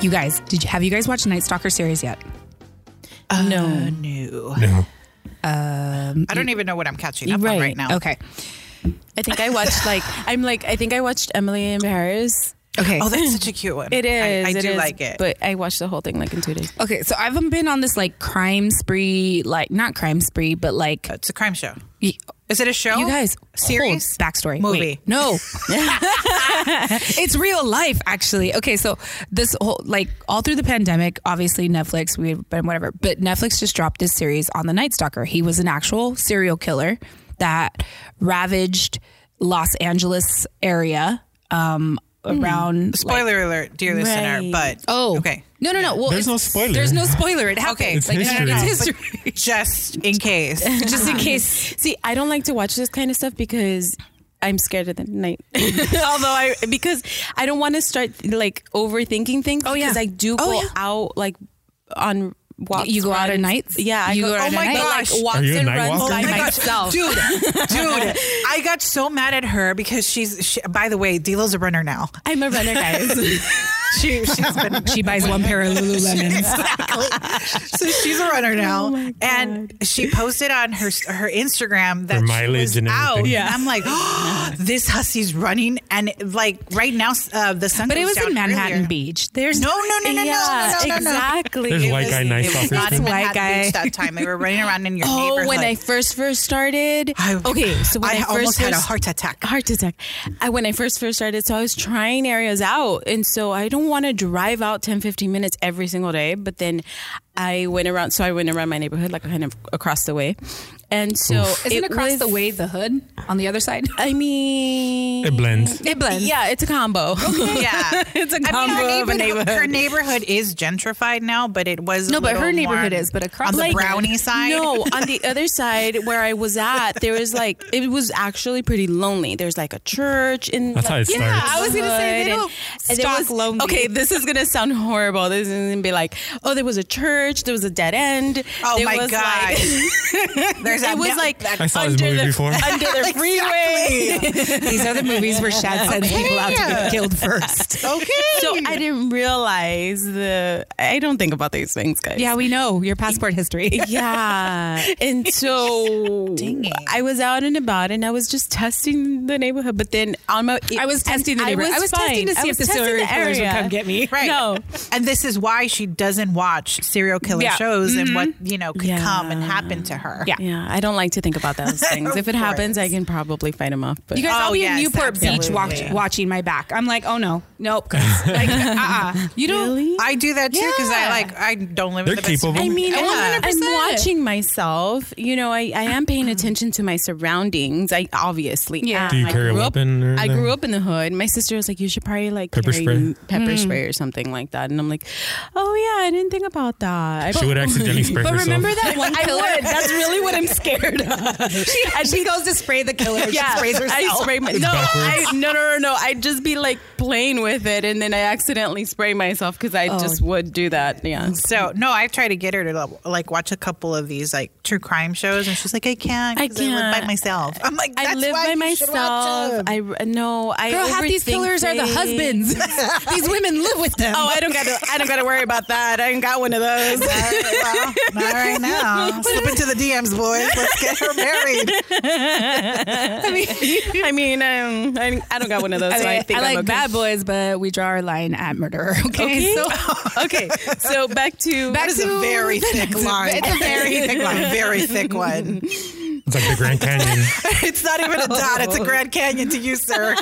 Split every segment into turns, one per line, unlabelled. You guys, did you have you guys watched Night Stalker series yet?
no. Mm,
No.
No.
I don't even know what I'm catching up on
Right. Oh,
right now.
Okay.
I think I watched like I'm like I think I watched Emily in Paris.
Okay.
Oh, that's such a cute one.
It is.
I, I
it
do
is,
like it.
But I watched the whole thing like in two days.
okay, so I've been on this like crime spree, like not crime spree, but like
it's a crime show.
y-
Is it a show?
you guys
Oh,
hold,
Series?
backstory
Movie.
Wait, no, it's real life actually. Okay, so this whole like all through the pandemic, obviously Netflix, we've been whatever, but Netflix just dropped this series on the Night Stalker. He was an actual serial killer that ravaged Los Angeles area um, around.
Hmm. Spoiler alert, dear listener.
Right.
But
Oh,
okay.
No, no, no. Well, it's-
There's no spoiler.
There's no spoiler. It happened.
Okay. It's
like,
history.
No, no, no.
It's
history.
Just in case.
Just in case.
See, I don't like to watch this kind of stuff because I'm scared of the night. Although I because I don't want to start like overthinking things.
Oh, yeah.
Because I do
Oh,
go
yeah.
out like on walks.
You go out at
runs.
nights?
Yeah, I
You go out
oh
at
my
night?
gosh.
Like,
walks
Are you a
and
night
runs
walker?
by
Oh my
gosh.
myself.
Dude, dude, I got so mad at her because she's. She, by the way, Dilo's a runner now.
I'm a runner, guys.
She, she's been
She buys one pair of Lululemons.
so she's a runner now, and she posted on her her Instagram that
Her
she
mileage
was
and
out.
everything.
And I'm like, this hussy's running, and like right now, uh, the sun.
But it
goes
was
down
in Manhattan
earlier.
Beach. There's
No, no, no, no,
yeah,
no, no, no, no, no.
exactly.
There's
It
white
was-
guy night
It was
stalker.
not in
too.
White
Manhattan
guy.
Beach that time. They were running around in your
Oh,
neighborhood.
when I first first started.
I-
okay, so when I,
I
first
almost had a
first-
heart attack.
Heart attack. I, when I first first started, so I was trying areas out, and so I don't want to drive out 10, 15 minutes every single day. But then I went around, so I went around my neighborhood, like kind of across the way, and so
Isn't
it
across
was-
the way the hood on the other side?
I mean,
It blends.
It blends.
Yeah, it's a combo.
Yeah,
It's a
I mean, her
combo of a neighborhood.
Her neighborhood is gentrified now, but it was a
No, but her
little
neighborhood
more
is, but across-
on the
Like-
brownie side.
No, on the other side where I was at, there was like it was actually pretty lonely. There's like a church and
That's how it
like,
starts.
I was gonna say
they don't stock lonely.
Okay, this is gonna sound horrible. This is gonna be like, oh, there was a church, there was a dead end.
Oh
there
my
was
god!
Like,
There's
it was like
I saw this
under
movie
the,
before.
under the freeway.
These are the movies where Shad sends people out to get killed first.
okay.
So I didn't realize the. I don't think about these things, guys.
Yeah, we know your passport history.
yeah. And so
Dang it.
I was out and about and I was just testing the neighborhood. But then on my,
I was testing the
and
neighborhood. I was testing to see if the
testing
serial killers would
area.
come get me.
Right.
No.
And this is why she doesn't watch serial killer
Yeah.
shows and what, you know, could
Mm-hmm. Yeah.
come and happen to her.
Yeah.
Yeah, I don't like to think about those things.
Of
if it happens,
course.
I can probably fight them off. But
You guys,
Oh,
I'll be
yes,
in Newport Beach
absolutely.
watch, watching my back. I'm like, oh no, nope, guys. Like, uh-uh. You don't.
really? Oh
I do that too because I
Yeah.
like I don't live
They're
in the
capable.
I mean,
Yeah.
I-
100%.
I'm watching myself. You know, I, I am paying attention to my surroundings. I obviously
Yeah.
am.
Do
you
I
carry a
grew up-
weapon or
I grew
anything?
up in the hood. My sister was like, "You should probably like
Pepper
carry
spray?
pepper spray or something like that." And I'm like, "Oh yeah, I didn't think about that." I
She would accidentally spray
But
herself.
remember that one
I
killer?
would. That's really what I'm scared of.
she, she goes to spray the killer. She sprays herself.
I spray my, no,
backwards.
I, no, no, no, no. I'd just be like playing with it, and then I accidentally spray myself because I just
Oh.
would do that. Yeah.
So no, I try to get her to like watch a couple of these like true crime shows, and she's like, I can't.
I
'cause live by
can't.
myself. I'm like,
I
"That's
live
why
by
you should watch
myself.
them."
I no. I
Girl, half these
overthink
killers are the
things.
husbands. these women live with them.
Oh, I don't got. to I don't got to worry about that. I ain't got one of those.
All right, well, not right now. Slip into the DMs, boys. Let's get her married.
I mean, I mean, um, I, I don't got one of those. so I think I'm
like
okay.
bad boys, but we draw our line at murderer. Okay,
Okay.
so
okay. So back to
Back
It's a
to
very
the
thick
next-
line.
It's a very
thick line. Very thick one.
It's like the Grand Canyon.
It's not even a dot. It's a Grand Canyon to you, sir.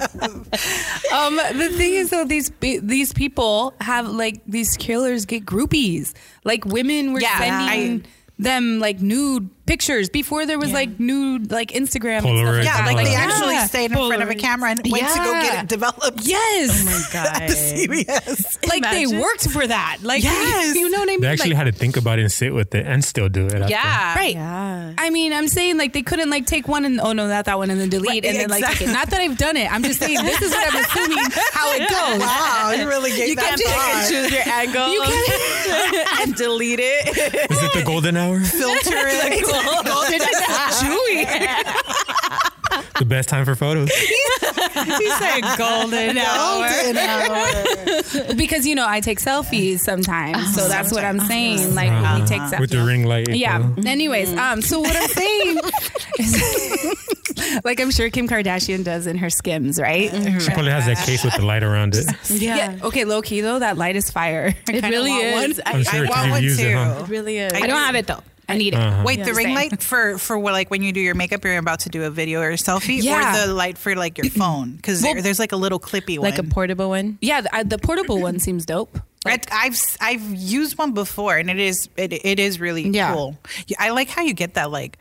um, the thing is though, these pe- these people have like these killers get groupies. Like women were
Yeah,
sending them like nude pictures before there was like nude like Instagram. and stuff
Polaroid
Yeah,
and
that.
like they
Yeah.
actually stayed in front of a camera and went to go get
Yeah.
it developed.
Yes.
guy.
Serious.
like they
Imagine.
worked for that. Like
Yes.
you know what I mean?
They actually
Like,
had to think about it and sit with it and still do it. After.
Yeah.
Right.
Yeah.
I mean, I'm saying like they couldn't like take one and oh no, not that one and then delete
Right,
and then like take
exactly.
it. not that I've done it. I'm just saying this is what I'm assuming how it goes.
Wow, you really gave
You
that
can't pick and
thought.
choose your angle.
You can't
and delete it.
Is it the golden hour?
Filter it.
Golden
chewy.
the best time for photos.
he said golden hour.
because you know I take selfies Uh-huh. sometimes, Uh-huh. so that's what I'm saying. Like when he takes
Uh-huh. with the Mm-hmm.
selfies.
ring light. uh-huh.
Yeah.
though.
Anyways, um, so what I'm saying is, like I'm sure Kim Kardashian does in her Skims, right?
She probably has that case with the light around it.
Yeah.
Yeah. Okay, low key though, that light is fire. I
It
kinda
really
want one.
is.
I'm sure
I
it
want
can
one
be used
too.
at home.
It really is.
I don't have it though. I need it.
Uh-huh.
Wait, the ring
Same.
light for for what like when you do your makeup, you're about to do a video or a selfie,
Yeah.
or the light for like your phone because
Well,
there's like a little clippy one.
like a portable one.
Yeah, the, I, the portable one seems dope.
It- I've s- I've used one before and it is it, it is really
Yeah.
cool. Yeah, I like how you get that like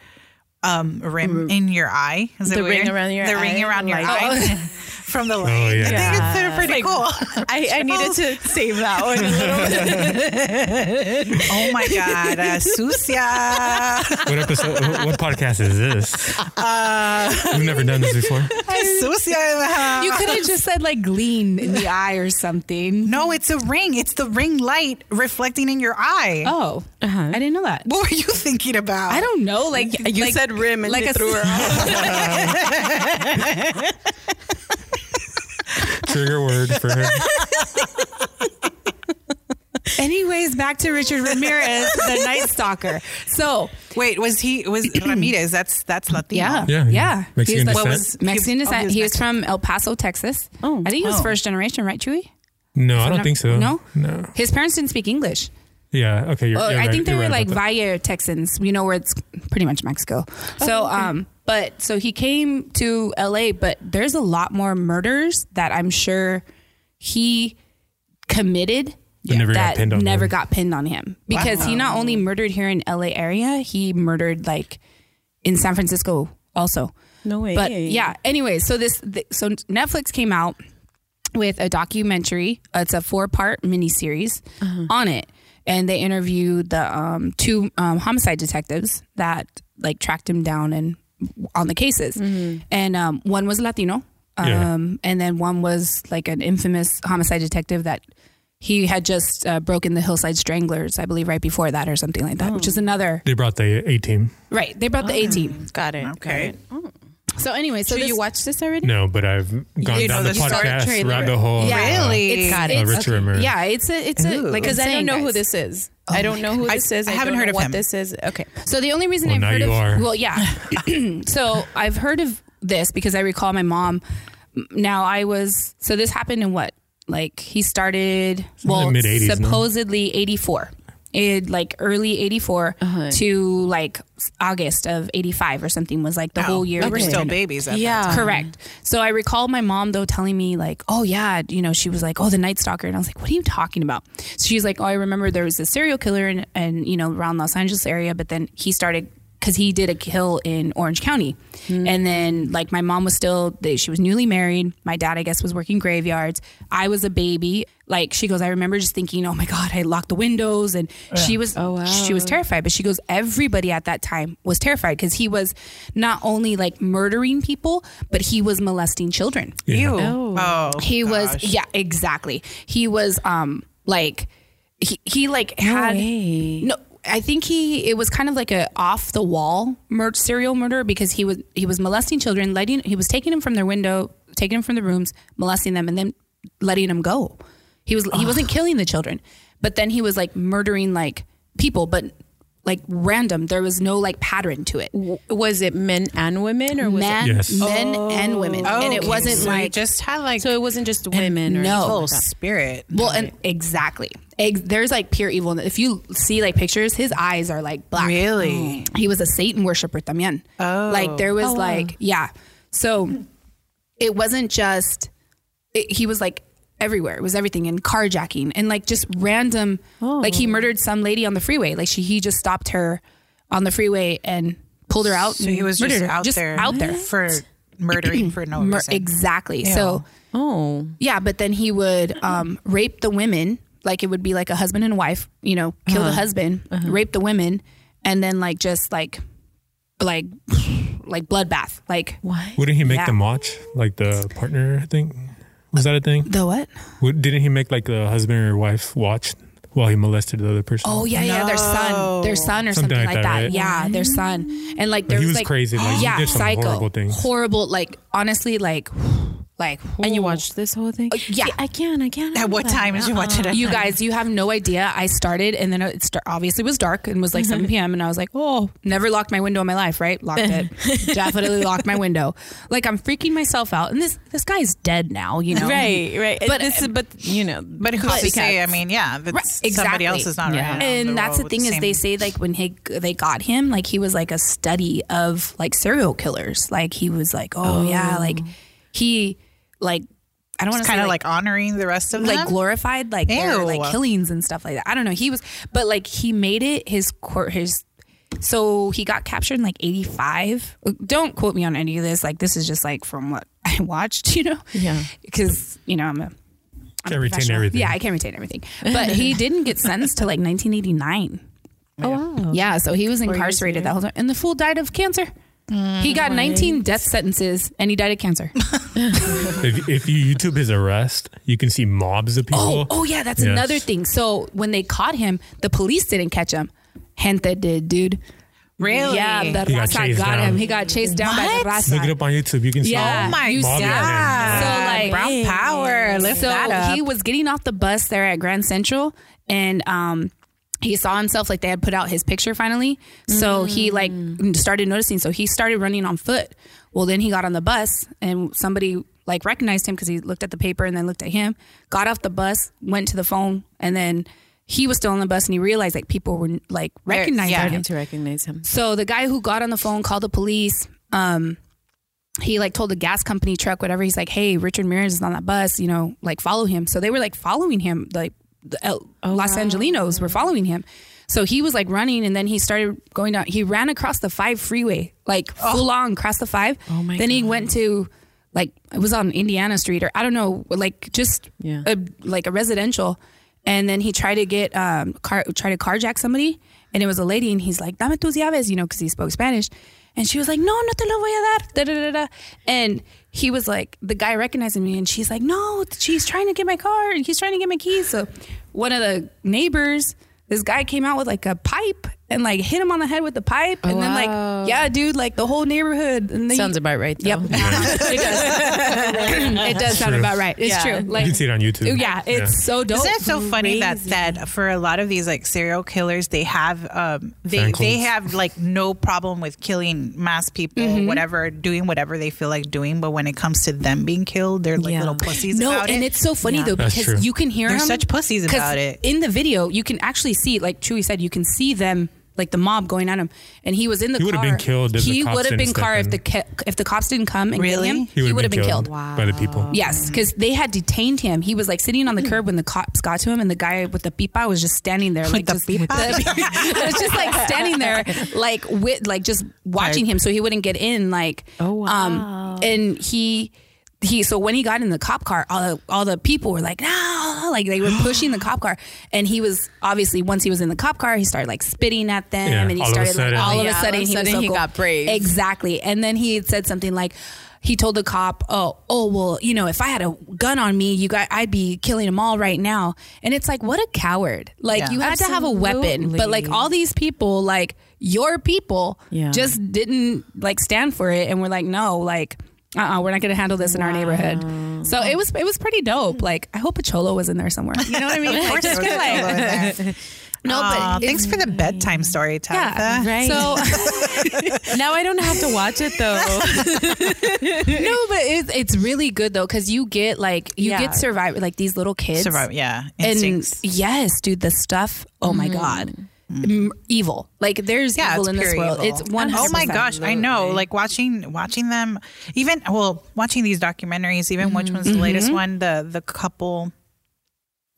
um rim in your eye. Is it
The ring
weird?
around your
the
eye,
ring around your
like-
eye from the light.
yeah.
I think it's sort of pretty cool.
I, I needed to save that one a little bit.
oh my god, uh, sucia,
What episode? what what podcast is this?
Uh,
We've never done this before.
sucia in the house.
You could have just said like gleam in the eye or something.
no, it's a ring. It's the ring light reflecting in your eye.
Oh, I didn't know that.
What were you thinking about?
I don't know. Like
You
like-
said rim and
like
you
a-
threw her off.
Trigger word for her.
Anyways, back to Richard Ramirez, the Night Stalker. So
Wait, was he was Ramirez? That's that's Latino.
yeah,
Yeah, yeah.
yeah. he
Mexican
was,
descent.
like,
What
was-
Mexican
he- oh, he
descent.
was
he was from El Paso, Texas.
Oh.
I think he was
Oh.
first generation, right, Chewy?
No, I don't think so.
No,
No.
His parents didn't speak English.
Yeah. Okay. You're,
Or
you're
I
right,
think they
you're
were
right
like
about that.
Valle Texans, you know, where it's pretty much Mexico.
Oh,
so, um, but so he came to LA, but there's a lot more murders that I'm sure he committed
That never got
that
pinned on
never
him.
got pinned on him because he not only murdered here in LA area, he murdered like in San Francisco also.
No way.
But yeah, anyway, so this th- so Netflix came out with a documentary. It's a four-part miniseries
Uh-huh.
on it, and they interviewed the um, two um, homicide detectives that like tracked him down and on the cases.
Mm-hmm.
And um, one was Latino, um,
Yeah.
and then one was like an infamous homicide detective that. He had just uh, broken the Hillside Stranglers, I believe, right before that or something like that, which
Oh.
is another.
They brought the A team.
Right. They brought the A team.
Got it.
Okay.
So, anyway, so
Oh. So
this-
you watched this already?
No, but I've gone
You
down
know
the
the short
podcast
trailer.
rabbit hole.
Yeah.
Really?
It's,
Got it.
it's-
Uh, Richard Ramirez.
Yeah, it's a it's a
Ooh.
like
Because I don't know who this is. I don't know who
I-
this is.
I haven't
don't
heard
know
of
what
him.
this is. Okay.
So the only reason
Well,
I've
now
heard
you
of
are.
well, yeah. so I've heard of this because I recall my mom. Now I was so this happened in what like he started well
in the mid-eighties, no?
supposedly eighty four. In like early '84
Uh-huh.
to like August of '85 or something was like the whole year.
We were
was
still
kind of-
babies. At
Yeah.
yeah.
Correct. So I recall my mom though telling me like, "Oh yeah, you know," she was like, "Oh, the Night Stalker," and I was like, "What are you talking about?" So she was like, "Oh, I remember there was a serial killer in, and you know around Los Angeles area, but then he started." Because he did a kill in Orange County. And then, like, my mom was still, they- she was newly married. My dad, I guess, was working graveyards. I was a baby. Like, she goes, I remember just thinking, oh my God, I locked the windows. And she was,
Oh, wow.
she was terrified. But she goes, everybody at that time was terrified because he was not only like murdering people, but he was molesting children.
You.
Oh.
Oh.
He was, yeah, exactly. He was, um, like, he, he like had
way.
no. I think he it was kind of like a off the wall mur- serial murder because he was he was molesting children, letting he was taking them from their window, taking them from the rooms, molesting them, and then letting them go. He was he wasn't killing the children, but then he was like murdering like people, but like random. There was no like pattern to it.
Was it men and women or was
Men,
it?
Yes.
men and women, and it
Okay,
wasn't
so you
like
just had like
So it wasn't just women or
no.
anything
full
like that?
spirit.
Well, and exactly. Ex- there's like pure evil. If you see like pictures, his eyes are like black.
Really?
He was a Satan worshiper también. Oh. Like there was like, yeah. So it wasn't just, it, he was like everywhere. It was everything and carjacking and like just random, like
Oh.
he murdered some lady on the freeway. Like she, he just stopped her on the freeway and pulled her out.
So he was just out there,
out there.
for murdering for no
Mur-
reason.
exactly. So
Oh.
yeah, but then he would
Uh-huh.
um, rape the women. Like it would be like a husband and wife, you know, kill
Uh-huh.
the husband, rape the women, and then like just like, like, like bloodbath. Like
What?
Wouldn't he make
Yeah.
them watch like the partner thing? Was that a thing?
the what?
Would, didn't he make like the husband or wife watch while he molested the other person?
Oh yeah, yeah, their son, their son or something, like that.
right?
Yeah, their son, and like there
he
was,
was
like
crazy, like, he
yeah,
did some
psycho,
horrible things.
horrible. Like honestly, like Like,
And you
ooh.
watched this whole thing?
yeah.
I can, I can. I
At what
can.
time did you
Uh-uh.
watch it? At
You guys, you have no idea. I started and then it start, obviously was dark and was like 7 p.m. And I was like, oh, never locked my window in my life, right? Locked it. Definitely locked my window. Like I'm freaking myself out. And this this guy's dead now, you know?
Right, right.
But-
But this is, but you know,
But who's to say? I
copycats.
mean, yeah, that's
Right,
somebody else
exactly.
is not
Yeah.
right.
and that's the thing is they say like when he they got him like he was like a study of like serial killers like he was like oh, yeah like he like I don't want to
kind of
like
like, honoring the rest of
like
them.
glorified like their,
Ew.
like killings and stuff like that. I don't know. He was, but like he made it his court his. So he got captured in like eighty five. Don't quote me on any of this. Like this is just like from what I watched, you know.
Yeah.
Because you know I'm a I'm
Can't
a
retain
professional.
everything.
Yeah, I can't retain everything. But he didn't get sentenced till like 1989. Oh wow. Yeah, so he was incarcerated that whole time, and the fool died of cancer. he got 19 death sentences, and he died of cancer.
If, if you YouTube his arrest, you can see mobs of people.
Oh, oh yeah, that's
Yes.
another thing. So when they caught him, the police didn't catch him. Gente did, dude.
Really?
Yeah, the
He got
Rasa got,
chased down.
him. He got chased down by the Rasa.
Look it up on YouTube. You can see
Yeah.
all
Oh my
mobs of them.
So
Yeah.
like Mm.
brown power. Lift
so
that up.
he was getting off the bus there at Grand Central, and um, he saw himself like they had put out his picture finally. So
Mm.
he like started noticing. So he started running on foot. Well, then he got on the bus, and somebody like recognized him because he looked at the paper and then looked at him. Got off the bus, went to the phone, and then he was still on the bus, and he realized like people were like recognizing
yeah.
him.
to recognize him.
So the guy who got on the phone called the police. Um, he like told the gas company truck, whatever. He's like, "Hey, Richard Ramirez is on that bus. You know, like follow him." So they were like following him. Like the El-
Oh,
Los Angelinos were following him. So he was like running, and then he started going down. He ran across the five freeway, like full on across the five.
Oh, my
Then he went to like it was on Indiana Street or I don't know, like just
Yeah.
a, like a residential. And then he tried to get um car try to carjack somebody, and it was a lady, and he's like, "Dame tus llaves," you know, because he spoke Spanish, and she was like, "No, no te lo voy a dar." Da, da, da, da. And he was like, the guy recognized me, and she's like, "No, she's trying to get my car, and he's trying to get my keys." So one of the neighbors, this guy came out with like a pipe and like hit him on the head with the pipe, and then
Oh, wow.
like, yeah, dude, like the whole neighborhood. And then
Sounds
he-
about right. Though.
Yep. it does. it does sound
true.
about right. It's
Yeah.
true. Like oh,
you can see it on YouTube.
yeah, it's so dope.
Isn't it so funny that that for a lot of these like serial killers, they have um they
Fan clubs.
they have like no problem with killing mass people,
Mm-hmm.
whatever, doing whatever they feel like doing, but when it comes to them being killed, they're like
Yeah.
little pussies
no,
about
and
it.
it's so funny though
That's true.
because you can hear
They're
them-
such pussies
'cause
about it.
In the video, you can actually see, like Chewy said, you can see them. Like the mob going at him, and he was in the
He
car.
would've been killed if the
He
cops
would have
didn't
been
step
car if
in.
the ca- if the cops didn't come and
Really?
get him. He, would have been killed.
by the people.
Yes, because they had detained him. He was like sitting on the curb when the cops got to him, and the guy with the pipa was just standing there, like
the
just,
pipa?
it was just like standing there, like with like just watching him, so he wouldn't get in. Like,
Oh,
um, and he. He so when he got in the cop car, all the, all the people were like, no, like they were pushing the cop car, and he was obviously once he was in the cop car, he started like spitting at them,
Yeah,
and he
all of a
started
sudden.
like all of
Yeah,
a
all of
sudden,
a
he, was
sudden
so
he
cool.
got brave.
Ex- Exactly. And then he had said something like, he told the cop, "Oh, oh well, you know, if I had a gun on me, you got, I'd be killing them all right now." And it's like, what a coward! Like
Yeah.
you had to have a weapon, but like
Absolutely.
all these people, like your people,
Yeah.
just didn't like stand for it, and we're like, no, like. Uh uh-uh, we're not going to handle this in our neighborhood. So it was it was pretty dope. Like I hope a cholo was in there somewhere. You know what I mean?
Of course there was a
like-
pillow in there.
no,
Aw,
but
thanks for the bedtime story, Tabitha.
yeah.
Right.
So
now I don't have to watch it though.
no, but it's it's really good though because you get like you
Yeah.
get survivor like these little kids
Survive, yeah.
and
Instincts. Mm-hmm.
yes, dude, the stuff. Oh my god, M- evil. Like there's
yeah,
evil
it's
in this
pure
world.
evil.
It's one.
Oh my gosh, I know. Like watching watching them, even well, watching these documentaries. Even which one's the
Mm-hmm.
latest one? The the couple,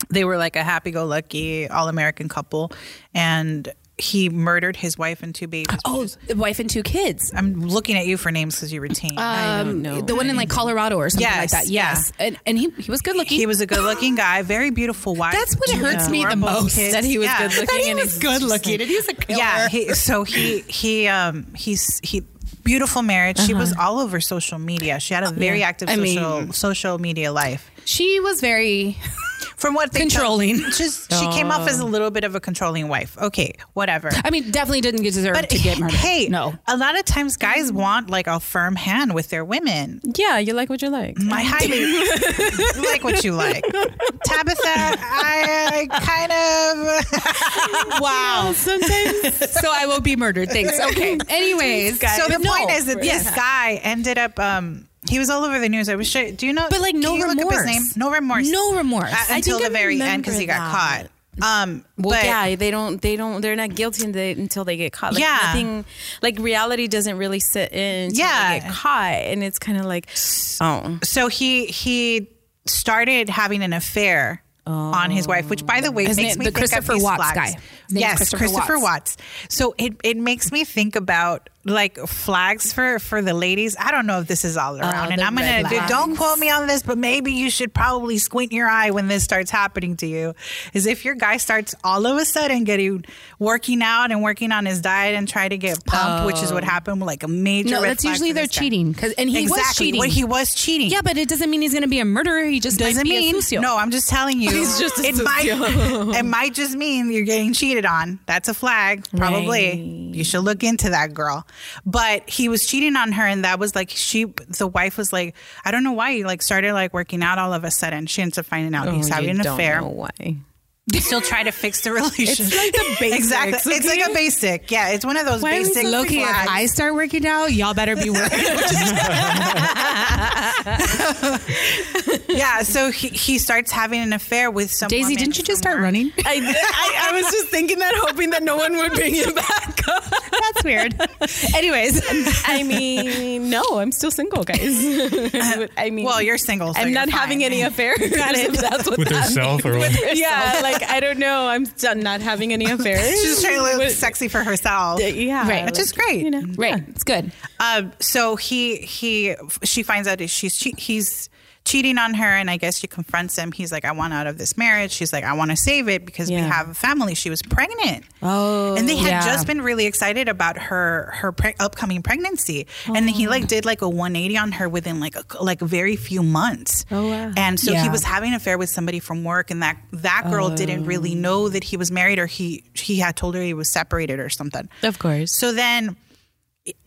they were like a happy go lucky all American couple, and he murdered his wife and two babies.
Oh, the wife and two kids. Um,
I'm looking at you for names because you retain.
Uh,
I don't know.
The one in like Colorado or something like
Yes,
that.
yeah.
Yes, and and he he was good looking.
he was a good looking guy, very beautiful wife.
That's what hurts me the
adorable
most,
kids.
that he was
Yeah.
good looking. and he's
good looking, and he was a killer.
Yeah, he, so he he um he's he beautiful marriage. She was all over social media. She had a very active
Uh-huh. I
social
mean-
social media life.
she was very.
from what they
Controlling.
just she came off as a little bit of a controlling wife. Okay, whatever.
I mean, definitely didn't get deserved
But
to get murdered.
hey,
no.
a lot of times guys want like a firm hand with their women.
Yeah, you like what you like.
I highly like what you like, Tabitha. I kind of. Oh,
Wow.
Sometimes
so I will be murdered. Thanks. Okay. Anyways,
So the
no.
point is that this guy ended up. Um, he was all over the news. I was sure. Do you know?
But, like, no
can you Look up his
remorse.
name? No remorse.
No remorse.
Uh,
I
until
think
the
I
very end because he got
remember
caught. Um,
Well,
but
yeah, they don't, they don't, they're not guilty until they, until they get caught. Like
Yeah.
nothing, like reality doesn't really sit in until
Yeah.
they get caught, and it's kind of like, oh,
So he he started having an affair. On his wife, which by the way
His
makes
name-
me
the
think
Christopher
of these
Watts
blacks.
guy. His name's
Yes,
Christopher
Christopher,
Watts.
Watts. So it, it makes me think about like flags for for the ladies. I don't know if this is all around, and
Uh, the
I'm gonna
red
do, don't quote me on this, but maybe you should probably squint your eye when this starts happening to you. Is if your guy starts all of a sudden getting working out and working on his diet and try to get pumped, which is what happened with like a major.
Oh. No,
red
that's
flag
usually
for
they're
this guy.
cheating. 'Cause- and he was
exactly.
cheating.
What he was cheating.
yeah, but it doesn't mean he's going to be a murderer. He just
doesn't
might be
mean
a socio.
no. I'm just telling you.
He's just a
it might it might just mean you're getting cheated on. That's a flag, probably. You should look into that girl. But he was cheating on her, and that was like she. The wife was like, I don't know why he like started like working out all of a sudden. She ends up finding out he's
Oh, you
having an
don't
affair.
know why.
Still try to fix the relationship. It's
like the basics,
exactly. It's like a basic. Yeah, it's one of those
are we
basic.
so
Loki, if
flags.
I start working out, y'all better be worried.
yeah. So he, he starts having an affair with some.
Daisy,
woman
didn't you just
from
start
work.
running?
I, I, I was just thinking that, hoping that no one would bring it back up.
That's weird. Anyways,
I mean, no, I'm still single, guys. I mean,
Well, you're single. so
I'm
you're
not
fine.
having any affairs. if that's what
with
that
herself or what?
means. Yeah, like I don't know. I'm done not having any affairs.
She's trying to look
What-
sexy for herself.
yeah,
Right.
Which is great.
You know,
right, it's good.
Um, so he he she finds out that she's che- he's cheating on her, and I guess she confronts him. He's like, "I want out of this marriage." She's like, "I want to save it because we
Yeah.
have a family." She was pregnant,
Oh,
and they had
yeah.
just been really excited about her her pre- upcoming pregnancy, and then he like did like a one eighty on her within like a, like very few months.
Oh, wow.
And so he
Yeah.
was having an affair with somebody from work, and that that girl didn't really know that he was married, or he he had told her he was separated or something.
Of course.
So then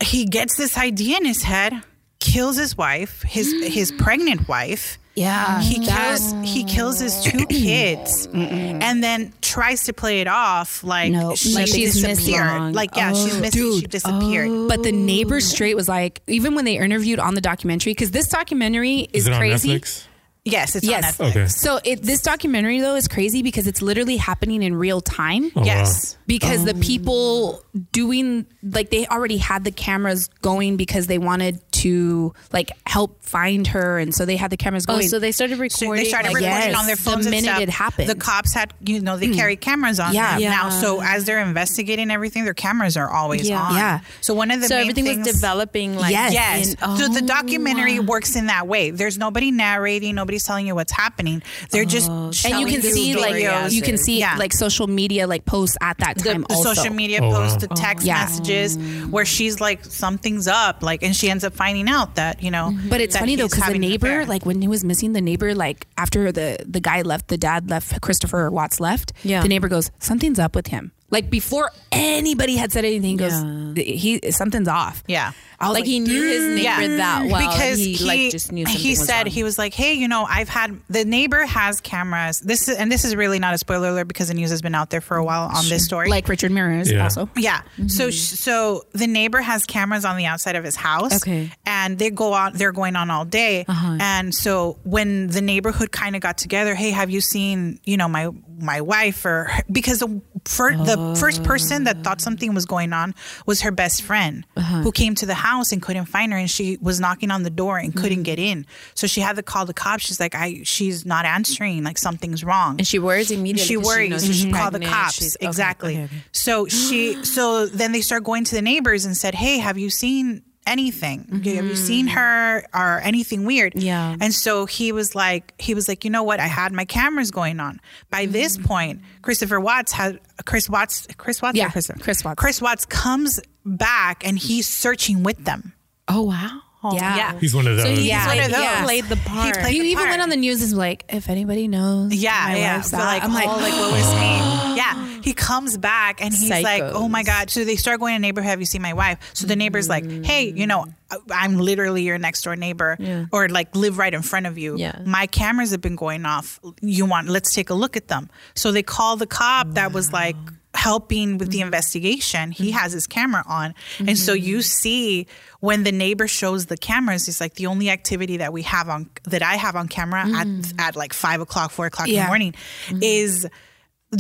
he gets this idea in his head, kills his wife, his his pregnant wife.
Yeah,
He
that-
kills he kills his two kids and then tries to play it off like
No,
she
like she's missing. Oh,
disappeared. Like yeah, she's missing, she
dude.
disappeared.
But the neighbor straight was like, even when they interviewed on the documentary, because this documentary is,
Is it on
crazy.
Netflix?
Yes, it's
Yes.
on Netflix.
Okay. Oh,
So it, this documentary though is crazy because it's literally happening in real time.
Oh, wow.
Yes.
Because
Oh.
the people doing like they already had the cameras going because they wanted to like help find her, and so they had the cameras
oh,
going.
so they started
So
recording.
they started
like,
recording
yes,
on their
the
phones and
minute
stuff.
it happened.
The cops had, you know, they carry cameras on
Yeah.
them now.
Yeah.
So as they're investigating everything, their cameras are always
Yeah.
on.
Yeah.
So one of the
so
main
everything
things-
was developing. Like
Yes.
Yes.
in- oh,
so the documentary works in that way. There's nobody narrating, nobody's telling you what's happening. They're just
and you
showing
can see like
videos.
you can see
Yeah.
like social media like posts at that
the,
time.
the
also.
social media
Oh, wow.
posts, the text
Yeah.
messages where she's like something's up, like and she ends up finding out that, you know.
Mm-hmm. But it's
that
funny though
he's
because the
having an
neighbor,
affair.
like when he was missing, the neighbor, like after the the guy left, the dad left, Christopher Watts left.
Yeah.
the neighbor goes, something's up with him. Like before anybody had said anything, he goes, he something's off.
Yeah.
I was
Like he knew his neighbor that well.
because
he, like just knew something
he
was
said
wrong.
he was like, "Hey, you know, I've had the neighbor has cameras. This is and this is really not a spoiler alert because the news has been out there for a while on this story.
like Richard Ramirez
Yeah.
also.
Yeah. So sh So so the neighbor has cameras on the outside of his house.
Okay.
And they go out. They're going on all day. And so when the neighborhood kind of got together, hey, have you seen you know my my wife or because the, fir- the first person that thought something was going on was her best friend who came to the house and couldn't find her and she was knocking on the door and couldn't get in. So she had to call the cops. She's like, I she's not answering. Like something's wrong.
And she worries immediately.
She
'cause
worries.
knows
so
she's
she called the
pregnant.
cops.
She's- okay,
exactly.
okay, okay.
So she. So then they start going to the neighbors and said, "Hey, have you seen anything? Have you seen her or anything weird?"
Yeah.
And so he was like, he was like, you know what? I had my cameras going on. By this point, Christopher Watts had Chris Watts. Chris Watts. or
Yeah,
Christopher-
Chris Watts.
Chris Watts comes back and he's searching with them.
Oh wow.
home.
Yeah.
He's one of those.
So he's
Yeah.
like,
one of those.
yeah. played the part.
played-
You
the
even
part.
went on the news and was like, if anybody knows,
Yeah,
my
yeah.
wife's
So
out,
like,
I'm like,
all, like what we're seeing. Yeah, he comes back and he's like, "Oh my
Psychos. Mm.
god!" So they start going to neighbor. Have you seen my wife? So the neighbor's like, "Hey, you know, I- I'm literally your next door neighbor,
Yeah.
or like live right in front of you.
Yeah.
My cameras have been going off. You want? Let's take a look at them." So they call the cop that was like helping with the
Mm.
investigation. He
Mm-hmm.
has his camera on, and so you see when the neighbor shows the cameras, it's like the only activity that we have on that I have on camera
Mm.
at at like five o'clock, four o'clock in
Yeah.
the morning is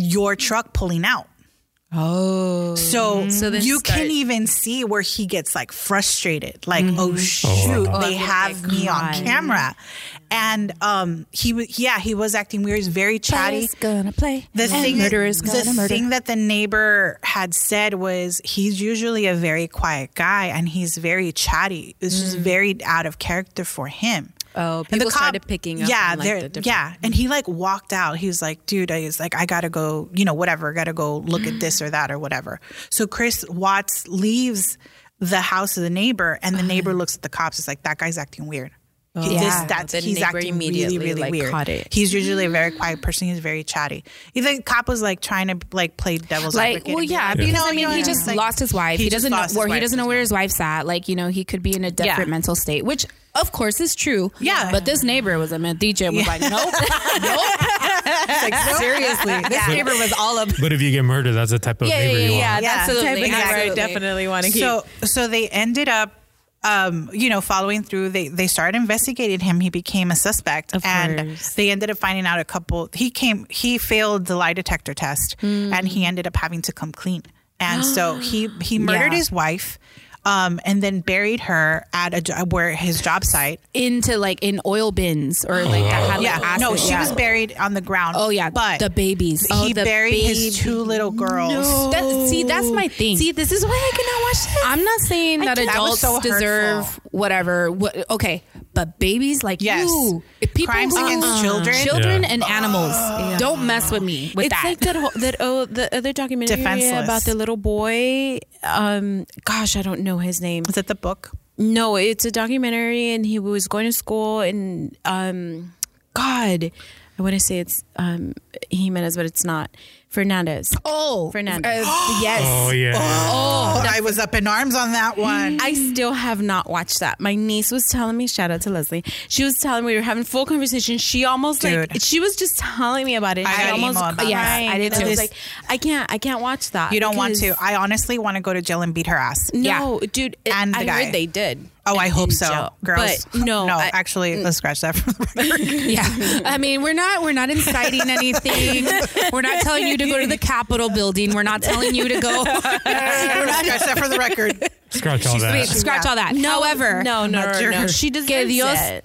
your truck pulling out.
oh.
So,
So then
you
start-
can even see where he gets like frustrated, like, oh shoot,
wow.
they have me on camera. And um, he was, yeah, he was acting weird. He's very chatty.
Daddy's gonna play.
The
and
thing,
murderer's
the
gonna murder.
thing that the neighbor had said was he's usually a very quiet guy and he's very chatty. This is very out of character for him.
Mm. Oh,
And
people started picking up
Yeah,
on, like,
they're-
the different-
yeah, and he like walked out. He was like, "Dude, I was like, I gotta go, you know, whatever. Gotta go look at this or that or whatever." So Chris Watts leaves the house of the neighbor, and the neighbor looks at the cops. It's like that guy's acting weird. He- this-
Yeah.
that's
The
he's
neighbor
acting really,
immediately,
really
like,
weird.
caught it.
He's usually a very quiet person. He's very chatty. Even the cop was like trying to like play devil's
like,
advocate.
well,
and be
yeah,
like,
because
"No,
I mean,
you
he
know,
just
like,
lost his wife. He,
just
doesn't
lost
know,
his
or he
wife.
doesn't know where his wife's at. Like, you know, he could be in a different mental state, which of course is true.
Yeah.
But this neighbor was a mentiche and was like, nope, nope. like, seriously, this neighbor was all up.
but if you get murdered, that's the type of
Yeah, yeah,
neighbor
yeah,
you
yeah,
want.
Yeah.
absolutely,
Type of neighbor I
absolutely.
want
So so they ended up um, you know, following through, they they started investigating him. He became a suspect,
Of
and
course.
they ended up finding out a couple. He came, he failed the lie detector test,
Hmm.
and he ended up having to come clean. And so he he murdered
Yeah.
his wife, um, and then buried her at a jo- where his job site.
into like in oil bins or like that had like,
Yeah,
acid.
no, she
Yeah.
was buried on the ground.
Oh yeah,
but
the babies.
he buried his two little girls.
That, see, that's my thing.
See, this is why I cannot watch this.
I'm not saying that
can't- That was
adults
so hurtful.
deserve whatever. What, okay, but babies like
Yes.
you, if people
Crimes
who-
against children.
children
Yeah.
and animals, don't mess with me with
it's
that.
like that whole, that oh the other documentary
Defenseless.
about the little boy. Um, gosh, I don't know his name.
Is it the book?
No, it's a documentary, and he was going to school, and um, God, I want to say it's um Jimenez, but it's not Fernandez.
oh,
Fernandez.
uh, yes.
Oh yeah.
Oh, I was up in arms on that one.
I still have not watched that. My niece was telling me, shout out to Leslie. She was telling me we were having full conversation. She almost like
Dude.
she was just telling me about it.
I
She
got
almost
emo about
that.
cried.
I did
And I
too.
was like, I can't, I can't watch that.
You don't want to.
because-
I honestly want to go to jail and beat her ass.
No, dude. It,
And the
I
guy.
heard they did.
Oh, I
in
hope so,
jail.
girls.
But no,
no.
I- mm.
actually, let's scratch that from the record.
Yeah. I mean, we're not we're not inciting anything. We're not telling you to go to the Capitol building. We're not telling you to go
We're not scratch that from the record.
Scratch all
Wait,
that.
scratch all that. However,
no, no,
not
no, no.
sure.
She does
Que Dios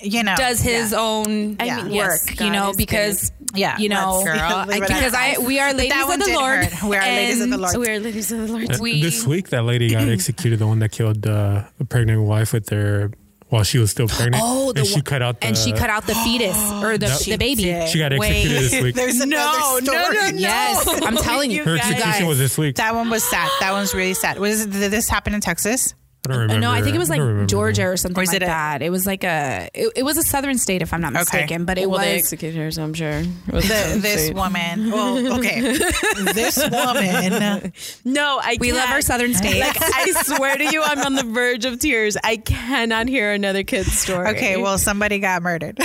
You know,
does his own
I
Yeah.
mean,
work,
yes,
you
God
know,
is
because
good. Yeah,
you know,
let's- girl,
I-
leave it
because
at
I
that.
we are ladies
that
of
one
the
did
Lord.
hurt. We are ladies of the
and
Lord.
We are ladies of the Lord.
we-
This week, that lady got executed, the one that killed uh, a pregnant wife with their, while she was still pregnant.
Oh, the
and she
one-
cut out the,
and she cut out the fetus or the, the baby.
She got executed
Wait.
this week.
There's
No,
another
no,
story.
no, no.
Yes, I'm telling you.
Her
you
execution
guys.
was this week. I
That one was sad. That one's really sad. Was it, did this happen in Texas?
don't remember.
no, I think it was
I don't
like
remember.
Georgia or something
Or is
like
it a-
that. It was like a it, it was a southern state if I'm not mistaken, but it
Well, they
was
executed her, so I'm sure.
The, this woman. Well, okay. this woman.
No, I
we love
can't.
our southern state.
Like I swear to you, I'm on the verge of tears. I cannot hear another kid's story.
Okay, well, somebody got murdered.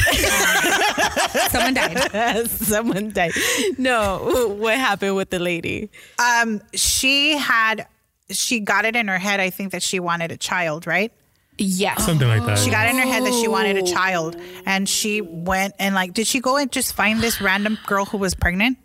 Someone died.
someone died. No, what happened with the lady?
Um, she had, she got it in her head, I think, that she wanted a child, right?
Yes.
Something like that.
She
yeah.
got in her head that she wanted a child, and she went and like, did she go and just find this random girl who was pregnant,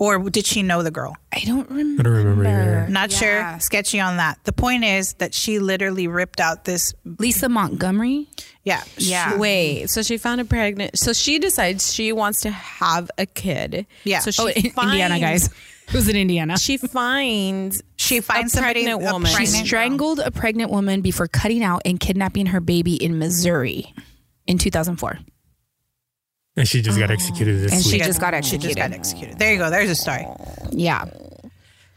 or did she know the girl?
I don't remember.
I don't remember either.
Not
Yeah.
sure. Sketchy on that. The point is that she literally ripped out this.
Lisa Montgomery.
Yeah,
Yeah.
She-
Wait, so she found a pregnant. So she decides she wants to have a kid.
Yeah.
So she
Oh, in-
finds,
Indiana guys. It was in Indiana.
She finds
She finds somebody
pregnant
a
woman.
She
pregnant girl.
strangled a pregnant woman before cutting out and kidnapping her baby in Missouri in 2004.
And she just got executed this
Oh. And she
week.
just got
She just got
executed.
executed. There you go. There's a story.
Yeah.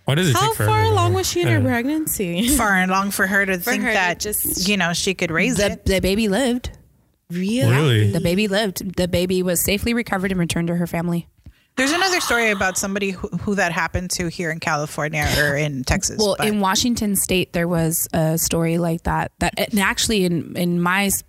Why does it
How
take forever?
far
though?
along was she in her
Yeah.
pregnancy?
far and long for her to think
her to
that
just-
you know she could raise
The,
it.
the baby lived.
Really?
The baby lived. The baby was safely recovered and returned to her family.
There's another story about somebody who, who that happened to here in California or in Texas.
Well,
but-
in Washington State, there was a story like that. That and actually, in in my s-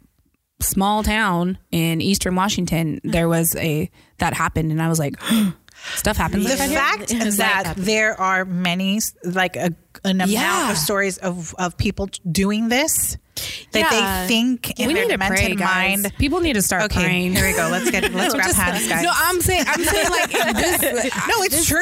small town in eastern Washington,
Mm-hmm.
there was a that happened, and I was like, stuff happens.
the
like that here?
fact
Yeah.
that there are many like a, an amount
Yeah.
of stories of, of people doing this that
Yeah.
they think in
we
their
need to
mental
pray, guys.
mind
People need to start
okay
praying.
here we go let's get let's wrap hands guys
No, I'm saying, I'm saying, like this.
no it's true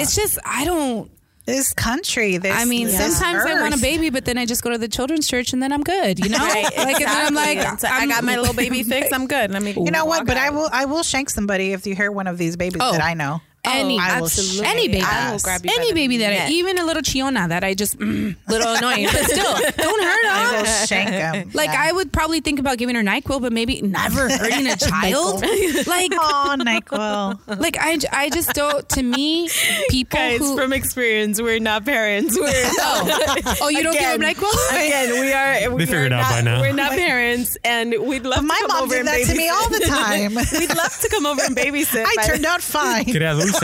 It's just I don't.
this country this
I mean,
this
sometimes I want a
earth.
baby, but then I just go to the children's church and then I'm good. You know, like and then I'm like,
It's like, I
I'm-
got my little baby fixed. I'm good. Let me.
you know what but i will i will shank somebody if you hear one of these babies
Oh.
that i know Oh,
Any,
I will
absolutely.
shake
any baby,
ass. I will
grab you by
any
the
baby that I,
neck.
even a little chiona that I just mm, little annoying, but still don't
i
hurt
will
them.
shank them
Like I would probably think about giving her Nyquil, but maybe never hurting a child. like,
oh nyquil
like I, I just don't. To me, people
Guys,
who
from experience, we're not parents. We're
oh, oh, you don't give
Again.
them Nyquil.
again, we are. We
They figured
are
it out
not,
by now.
We're not parents, and we'd love.
my
to come
mom
over
did
and
that to me
babysit.
all the time
We'd love to come over and babysit.
i
but-
turned out fine
Get out, Luce.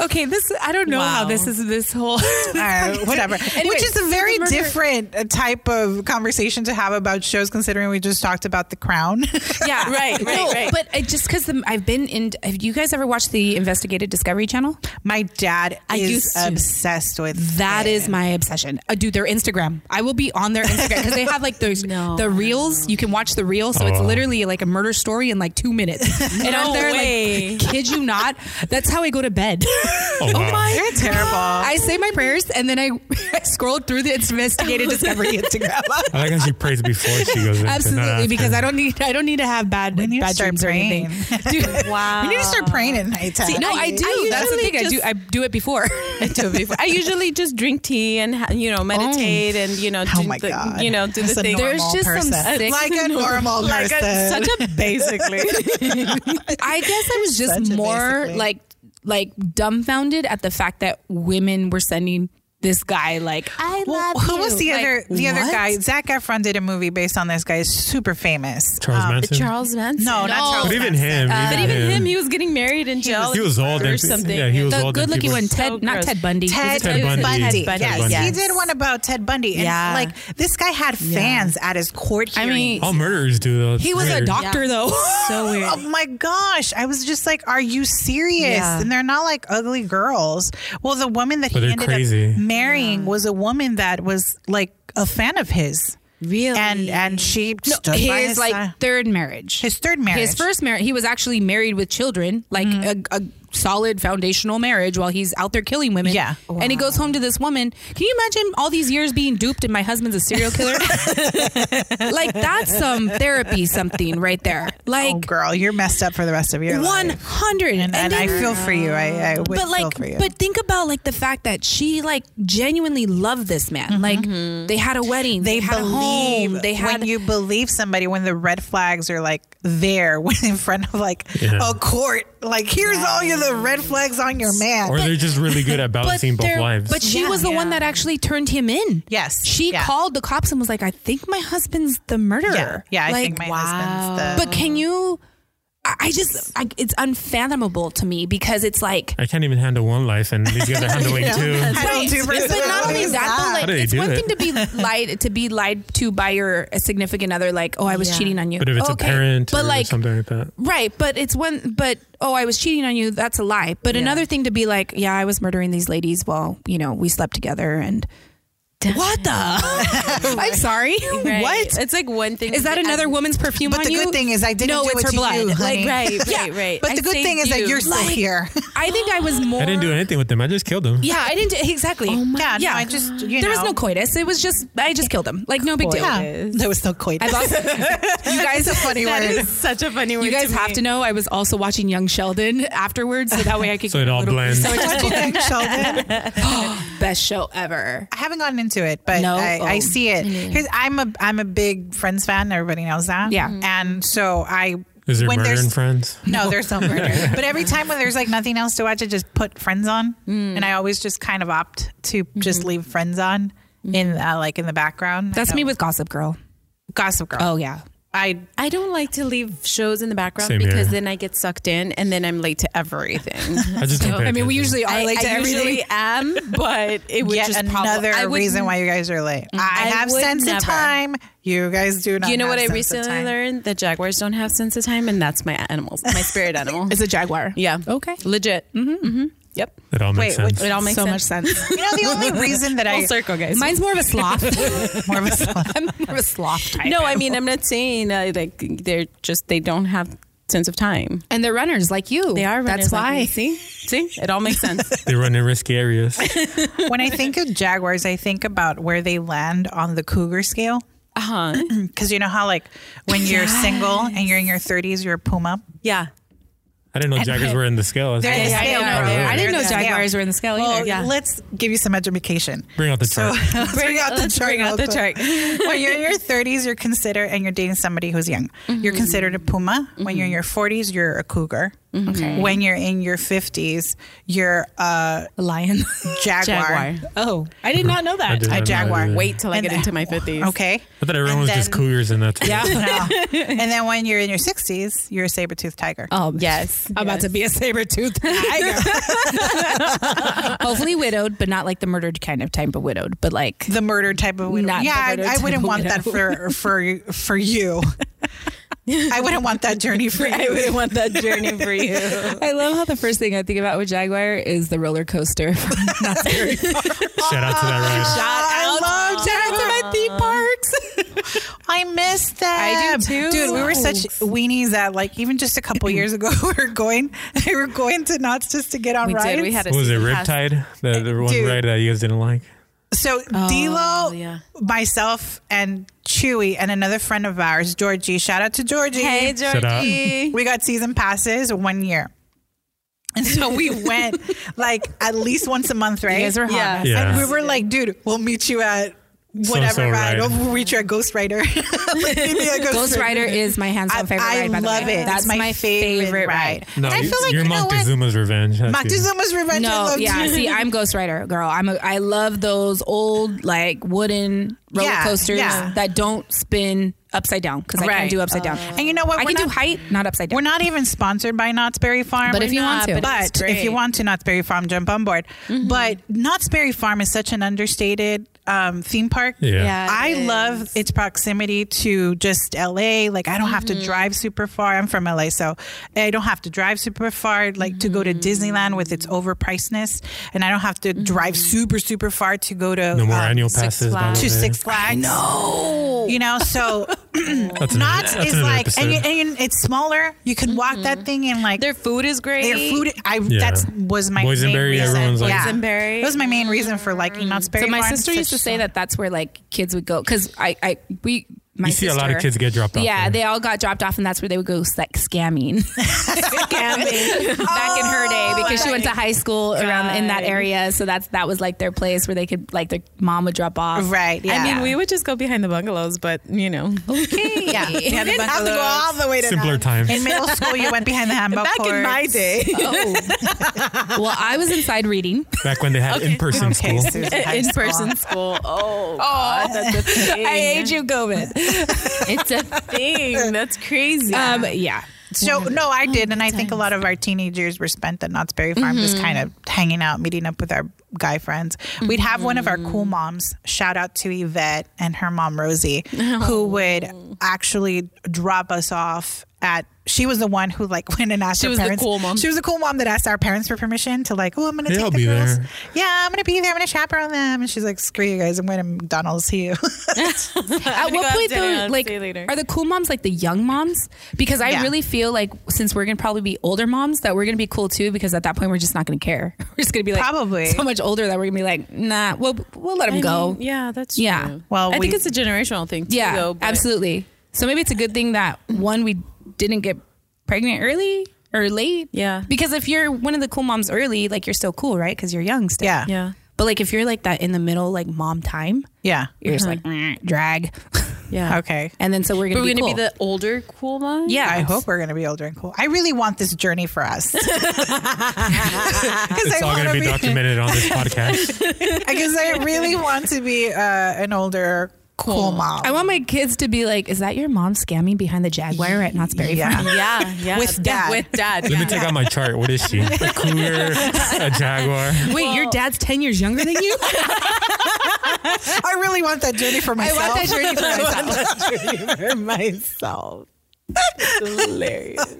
Okay, this I don't know how
Wow.
this is this whole.
Uh, whatever.
Anyway,
Which is
so
a
the
very
murder-
different uh, type of conversation to have about shows, considering we just talked about The Crown.
Yeah,
Right, right,
No,
right.
But I, just because I've been in, have you guys ever watched the Investigated Discovery Channel?
My dad
I used
is
to.
obsessed with
That
it.
is my obsession. Uh, dude, their Instagram. I will be on their Instagram because they have like those
No.
the reels. You can watch the reel, so it's
Oh.
literally like a murder story in like two minutes. and I'm
No
there
way.
like, kid you not. That's how I go to bed.
Oh, wow.
You're terrible.
I say my prayers and then I, I scroll through the investigated discovery Instagram.
I like how she prays before she goes in.
Absolutely, because I don't need I don't need to have bad
We need to
bad
start
dreams or
praying.
anything. Dude,
Wow.
we need to start praying at nighttime.
See, no, I, do. That's the
usually
thing. I do.
just-
I do it before. I do it before.
I usually just drink tea and ha- you know meditate and you know
Oh
do
my
the,
god!
you know do
That's
the
a
thing.
There's
normal
just some
person.
sick-
like a normal
like
person.
a, such a basically.
I guess I was
Such
just
a
more
basic way.
like like dumbfounded at the fact that women were sending this guy like I
well,
love
who
you.
was the
Like,
other the other
what?
guy? Zach Efron did a movie based on this guy. He's super famous. Um,
Charles
Uh,
Manson.
Charles Manson.
No, not Charles.
but even
Manson.
him.
but
even
even
him.
him, he was getting married in jail.
was- he was old
or
and-
something.
yeah, he was-
The
all them
good-looking
people-
one, Ted,
So
not
gross.
Ted Bundy. Was
Ted,
it Ted
Bundy.
Bundy.
Ted
Bundy.
Yes.
Yes.
he did one about Ted Bundy, and
Yeah.
like this guy had fans at his court
I
hearing.
mean,
All murderers do though. It's
he was a
weird.
doctor though.
so weird.
Oh my gosh. I was just like, are you serious?
Yeah.
And they're not like ugly girls. Well, the woman that he
But they're
ended
crazy.
up marrying was a woman that was like a fan of his.
Really?
And and she stood by
his
his
like
side.
third marriage.
his third marriage.
His first marriage, he was actually married with children, like a, a solid foundational marriage while he's out there killing women.
Yeah.
And he goes home to this woman. Can you imagine all these years being duped and my husband's a serial killer? like, that's some therapy, something right there.
oh,
Like,
girl, you're messed up for the rest of your life.
100.
And, and I
then-
feel for you. I, I would
but
feel
like,
for you.
but think about like the fact that she like genuinely loved this man. Like they had a wedding, they, had a home, they had
Mm-hmm. when you believe somebody when the red flags are like there when in front of like
Yeah.
a court like here's all your the red flags on your man
Or they're just really good at balancing both
there-
lives.
But she
Yeah.
was the one that actually turned him in.
Yes.
She
Yeah.
called the cops and was like, I think my husband's the murderer.
yeah, yeah I
Like,
think my husband's the
But can you? I I just, I, it's unfathomable to me because it's like,
I can't even handle one life, and these guys are handling two.
I don't do
but not only
personalities.
that, though, like
do they
it's
do
one
it?
thing to be lied to be lied to by your significant other, like, oh, I was
Yeah.
cheating on you.
But if it's
Okay.
a parent
but
or
like,
something like that,
Right, but it's one. But oh, I was cheating on you. That's a lie. But another thing to be like, yeah, I was murdering these ladies while you know we slept together and. What the? I'm sorry. What
It's like one thing.
is that? Another woman's perfume
But
on
the
you?
good thing is I didn't
No,
do
it's
it
her
to
blood.
you,
like
honey.
Right, right,
yeah.
right.
But
I
the good
saved
thing is that
you.
you're still
Like-
here.
I think I was more.
I didn't do anything with them. I just killed them.
Yeah, I didn't do, exactly.
Yeah, no,
yeah.
I just you
Oh there was
know.
no coitus. It was just I just killed him. Like no big deal.
Yeah, there was no coitus.
I've also, you guys a funny
That is such a funny word.
You guys
to
have
me.
to know. I was also watching Young Sheldon afterwards, so that way I could.
So it all
get a little-
blends.
So it just
Thanks, Sheldon.
best show ever.
I haven't gotten into it, but
No?
I, I
Oh.
see it. Here's, I'm a I'm a big Friends fan. Everybody knows that.
Yeah.
and so I
Is there
When
murder
there's-
in Friends?
No, there's no murder. but every time when there's like nothing else to watch, I just put Friends on, and I always just kind of opt to just leave Friends on in uh, like in the background. I
That's me
don't-
with Gossip Girl.
Gossip Girl.
Oh yeah.
I
I don't like to leave shows in the background
Same
because
here.
then I get sucked in and then I'm late to everything.
I just don't pay
I mean, we
attention.
usually are
I,
late to
I
everything.
usually am, but it would
yet
just prob-
another
I would-
reason why you guys are late. Mm. I,
I
have
would
sense of
never.
time. You guys do not.
You know
have
what I
sense of
recently
time.
learned? That jaguars don't have sense of time, and that's my animals, my spirit animal.
It's a jaguar.
yeah.
Okay.
Legit. Mm-hmm. Yep.
It all makes
Wait,
sense.
It all makes
so
sense.
much sense.
You know the only reason that I
Full circle, guys.
Mine's more of a sloth. more of a sloth. I'm more of a sloth type.
no, I mean I'm not saying uh, like they're just they don't have sense of time.
And they're runners like you.
They are.
That's
runners like me.
why.
see, see, it all makes sense.
they run in risky areas.
when I think of jaguars, I think about where they land on the cougar scale.
Uh huh.
Because you know how like when you're single and you're in your 30s, you're a puma.
Yeah.
I didn't know jaggers were in the scale. I was
They're
like,
in the
I
scale.
didn't
know.
They're
I
didn't
in
Oh, know
the
jaguars
scale.
were in the scale
Well,
either. Yeah.
let's give you some education.
Bring out the chart.
let's bring out the
let's
chart.
bring out
real
the
quick. when you're in your 30s, you're considered, and you're dating somebody who's young, you're considered a puma. When you're in your 40s, you're a cougar. When you're in your 50s, you're a
A lion.
jaguar.
Jaguar.
oh, I did not know
I
that.
didn't
a
know
jaguar.
either.
Wait till I
And-
get into my fifties.
Okay.
I thought everyone
And
was just
then-
cougars and that's
Yeah.
No. and then when you're in your 60s, you're a saber toothed tiger.
Um,
Yes.
I'm about to be a saber toothed tiger. Hopefully widowed, but not like the murdered kind of type, but widowed. But like,
The murder type of widow.
Not the
yeah, I,
murder
I
type
wouldn't
of
want that for for for you. I wouldn't want that journey for you.
I wouldn't want that journey for you.
I love how the first thing I think about with Jaguar is the roller coaster.
Shout out to that ride.
I
I
love
love shout out to my theme parks.
I miss that.
I do too.
Dude, we were such weenies that like even just a couple years ago we were going we were going to knots just to get on
We
rides.
did. We had a
What was it,
season pass.
Riptide? The, the one
Dude.
ride that you guys didn't like?
so
Oh,
D'Lo,
yeah.
myself and Chewy and another friend of ours, Georgie. Shout out to Georgie.
Hey,
Shut up.
Georgie.
We got season passes one year. And so we went like at least once a month, right?
You guys were hot.
Yeah.
Yeah.
And we were like, dude, we'll meet you at whatever
So-so
ride.
ride.
We'll meet you at Ghost Rider. Like, meet me at
Ghost Rider is my hands
I,
on favorite
I
ride. By the
love
way.
it. That's my, favorite, ride.
No,
And I feel like
you're
you know what?
Montezuma's Revenge. That's you.
Montezuma's Revenge. I
No,
love
yeah.
too.
See, I'm Ghost Rider girl. I'm a, I love those old like wooden roller
Yeah,
coasters
yeah.
that don't spin upside down because I
Right.
can't do upside down.
And you know what?
I
We're
can do
not-
height, not upside down.
We're not even sponsored by Knott's Berry Farm.
But if
We're
you want
not,
to. Mm-hmm.
But
but
it's
if you
great.
want to Knott's Berry Farm, jump on board. But Knott's Berry Farm is such an understated um, theme park.
Yeah.
Yeah.
I
it
love its proximity to just LA. Like I don't have
Mm-hmm.
to drive super far. I'm from LA, so I don't have to drive super far. Like to go to
Mm-hmm.
Disneyland with its overpricedness, and I don't have to drive
Mm-hmm.
super super far to go to
No more
um,
annual
Six
passes. by the
Flags.
to
way.
Six Flags. No, you know so
That's
Knott's
another- that's
is
another
like, and, you,
episode.
and it's smaller. You can walk
Mm-hmm.
that thing and like
Their food is great.
their food. I that was my main
Boysenberry,
reason.
everyone's like-
yeah.
Boysenberry.
That was my main reason for liking Knott's Berry.
So my
Farm.
sister
Such
used to
a-
say that that's where like kids would go because I, I we my
You see a lot of
sister-
kids get dropped off
Yeah,
there.
they all got dropped off, and that's where they would go like scamming. scamming back in her day because she went to high school around in that
God.
area, so that's that was like their place where they could like their mom would drop off.
Right. Yeah.
I mean, we would just go behind the bungalows, but you know,
Okay.
Yeah, you
had a
didn't
bunch
have
of
to go
those.
all the way to
Simpler
nine.
times.
In middle school, you went behind the handball
back in my day,
Oh. well, I was inside reading.
Back when they had in-person
Okay,
school.
Susan, high
in
school.
person school. Oh, God, that's a thing.
I hate you, COVID.
It's a thing. That's crazy.
Um, yeah.
So no, I did, and I think a lot of our teenage years were spent at Knott's Berry Farm, just kind of
Mm-hmm.
hanging out, meeting up with our guy friends. We'd have one of our cool
Mm-hmm.
moms. Shout out to Yvette and her mom Rosie,
Oh.
who would actually drop us off at. She was the one who like went and asked
She
her
was the
parents.
cool mom.
She was the cool mom that asked our parents for permission to like, oh, I'm gonna
Yeah,
take
I'll
the
be
girls.
there.
Yeah, I'm gonna be there. I'm gonna chaperone them. And she's like, screw you guys. I'm going to McDonald's. See you.
At
gonna go
what
have
point
dinner
though,
and
like,
see you later.
are the cool moms like the young moms? Because I
Yeah.
really feel like since we're gonna probably be older moms, that we're gonna be cool too. Because at that point, we're just not gonna care. We're just gonna be like
Probably.
so much older that we're gonna be like, nah, we'll we'll let them
I
go.
mean, yeah, that's
Yeah.
True.
Well,
I
we-
think it's a generational thing. Too,
yeah,
though, but-
absolutely. So maybe it's a good thing that one we didn't get pregnant early or late.
Yeah.
because if you're one of the cool moms early, like you're still cool, right? Because you're young still.
yeah.
Yeah.
But like if you're like that in the middle, like mom time,
Yeah.
you're just like "Mm, drag.
Yeah.
Okay.
And then so Uh-huh. we're gonna
But we're
be
gonna
cool.
be the older cool mom.
yeah.
I hope we're gonna be older and cool. I really want this journey for us. Because
It's
I
all
want
going
to
to
be,
be documented on this podcast.
Because I really want to be uh, an older cool, mom.
I want my kids to be like, is that your mom scamming behind the Jaguar at Knott's Berry Farm?
yeah.
Yeah, yeah.
With dad.
With dad.
Let me take out my chart. What is she? A cougar, a jaguar.
Wait, your dad's 10 years younger than you?
I really want that journey for myself.
that journey for
I want that journey for myself.
hilarious.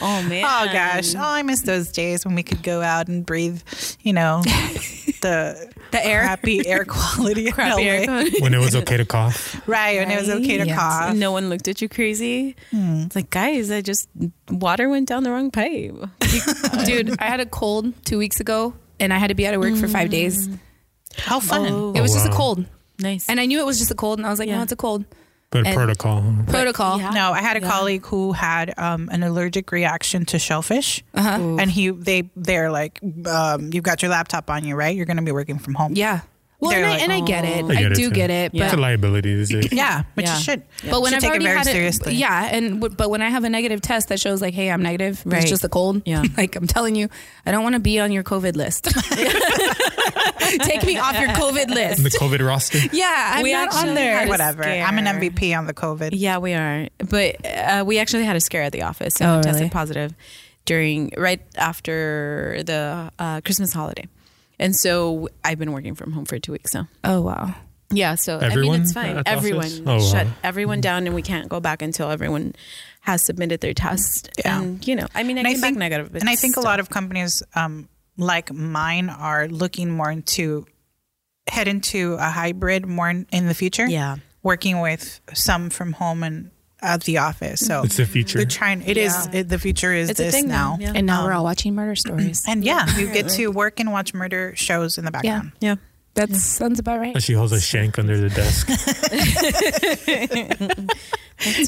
Oh man.
Oh gosh. Oh, I miss those days when we could go out and breathe, you know, the
The air.
crappy air quality. in
Happy
LA.
air con-
When it was okay to cough.
Right, when it was okay to
Yes.
cough.
No one looked at you crazy. It's like, guys, I just water went down the wrong pipe.
Dude, I had a cold two weeks ago and I had to be out of work for five days.
How fun.
It was just a
wow.
cold.
Oh, Nice.
And I knew it was just a cold and I was like, no,
Yeah.
it's a cold.
But
And-
protocol. huh?
Protocol.
Yeah.
No, I had a colleague who had um, an allergic reaction to shellfish, and he they they're like, um, you've got your laptop on you, right? You're going to be working from home.
Yeah. Well,
They're
and, I,
like,
and I get it. I,
get
do
too.
get it.
It's a
But,
liability. Is it?
yeah, which
Yeah.
you should.
but when
should
I've
take
already
it very
had
seriously,
it, yeah, and w- but when I have a negative test that shows like, hey, I'm negative,
Right.
it's just a cold.
Yeah.
like I'm telling you, I don't want to be on your COVID list. Take me off your COVID
The
list.
COVID roster.
Yeah, I'm
We
not on
actually
there.
had a
whatever. I'm an
scare.
MVP on the COVID.
Yeah, we are. But uh, we actually had a scare at the office.
Oh,
Someone
really?
tested positive during right after the uh, Christmas holiday, and so I've been working from home for two weeks now.
Oh wow.
Yeah, so I
Everyone
mean it's fine.
at the
Everyone
office? Oh, wow.
shut everyone down, and we can't go back until everyone has submitted their test.
Yeah.
And you know, I mean, I
And I
came
think
back negative, but
and I think a
still.
lot of companies um, like mine are looking more into head into a hybrid more in, in the future.
Yeah.
working with some from home and at the office. So
It's the future.
They're trying. It is it, the future is
it's a
this
thing
now.
now. Yeah.
And now we're all watching murder stories.
And yeah, you get to work and watch murder shows in the background.
yeah.
That sounds about right,
She holds a shank under the desk.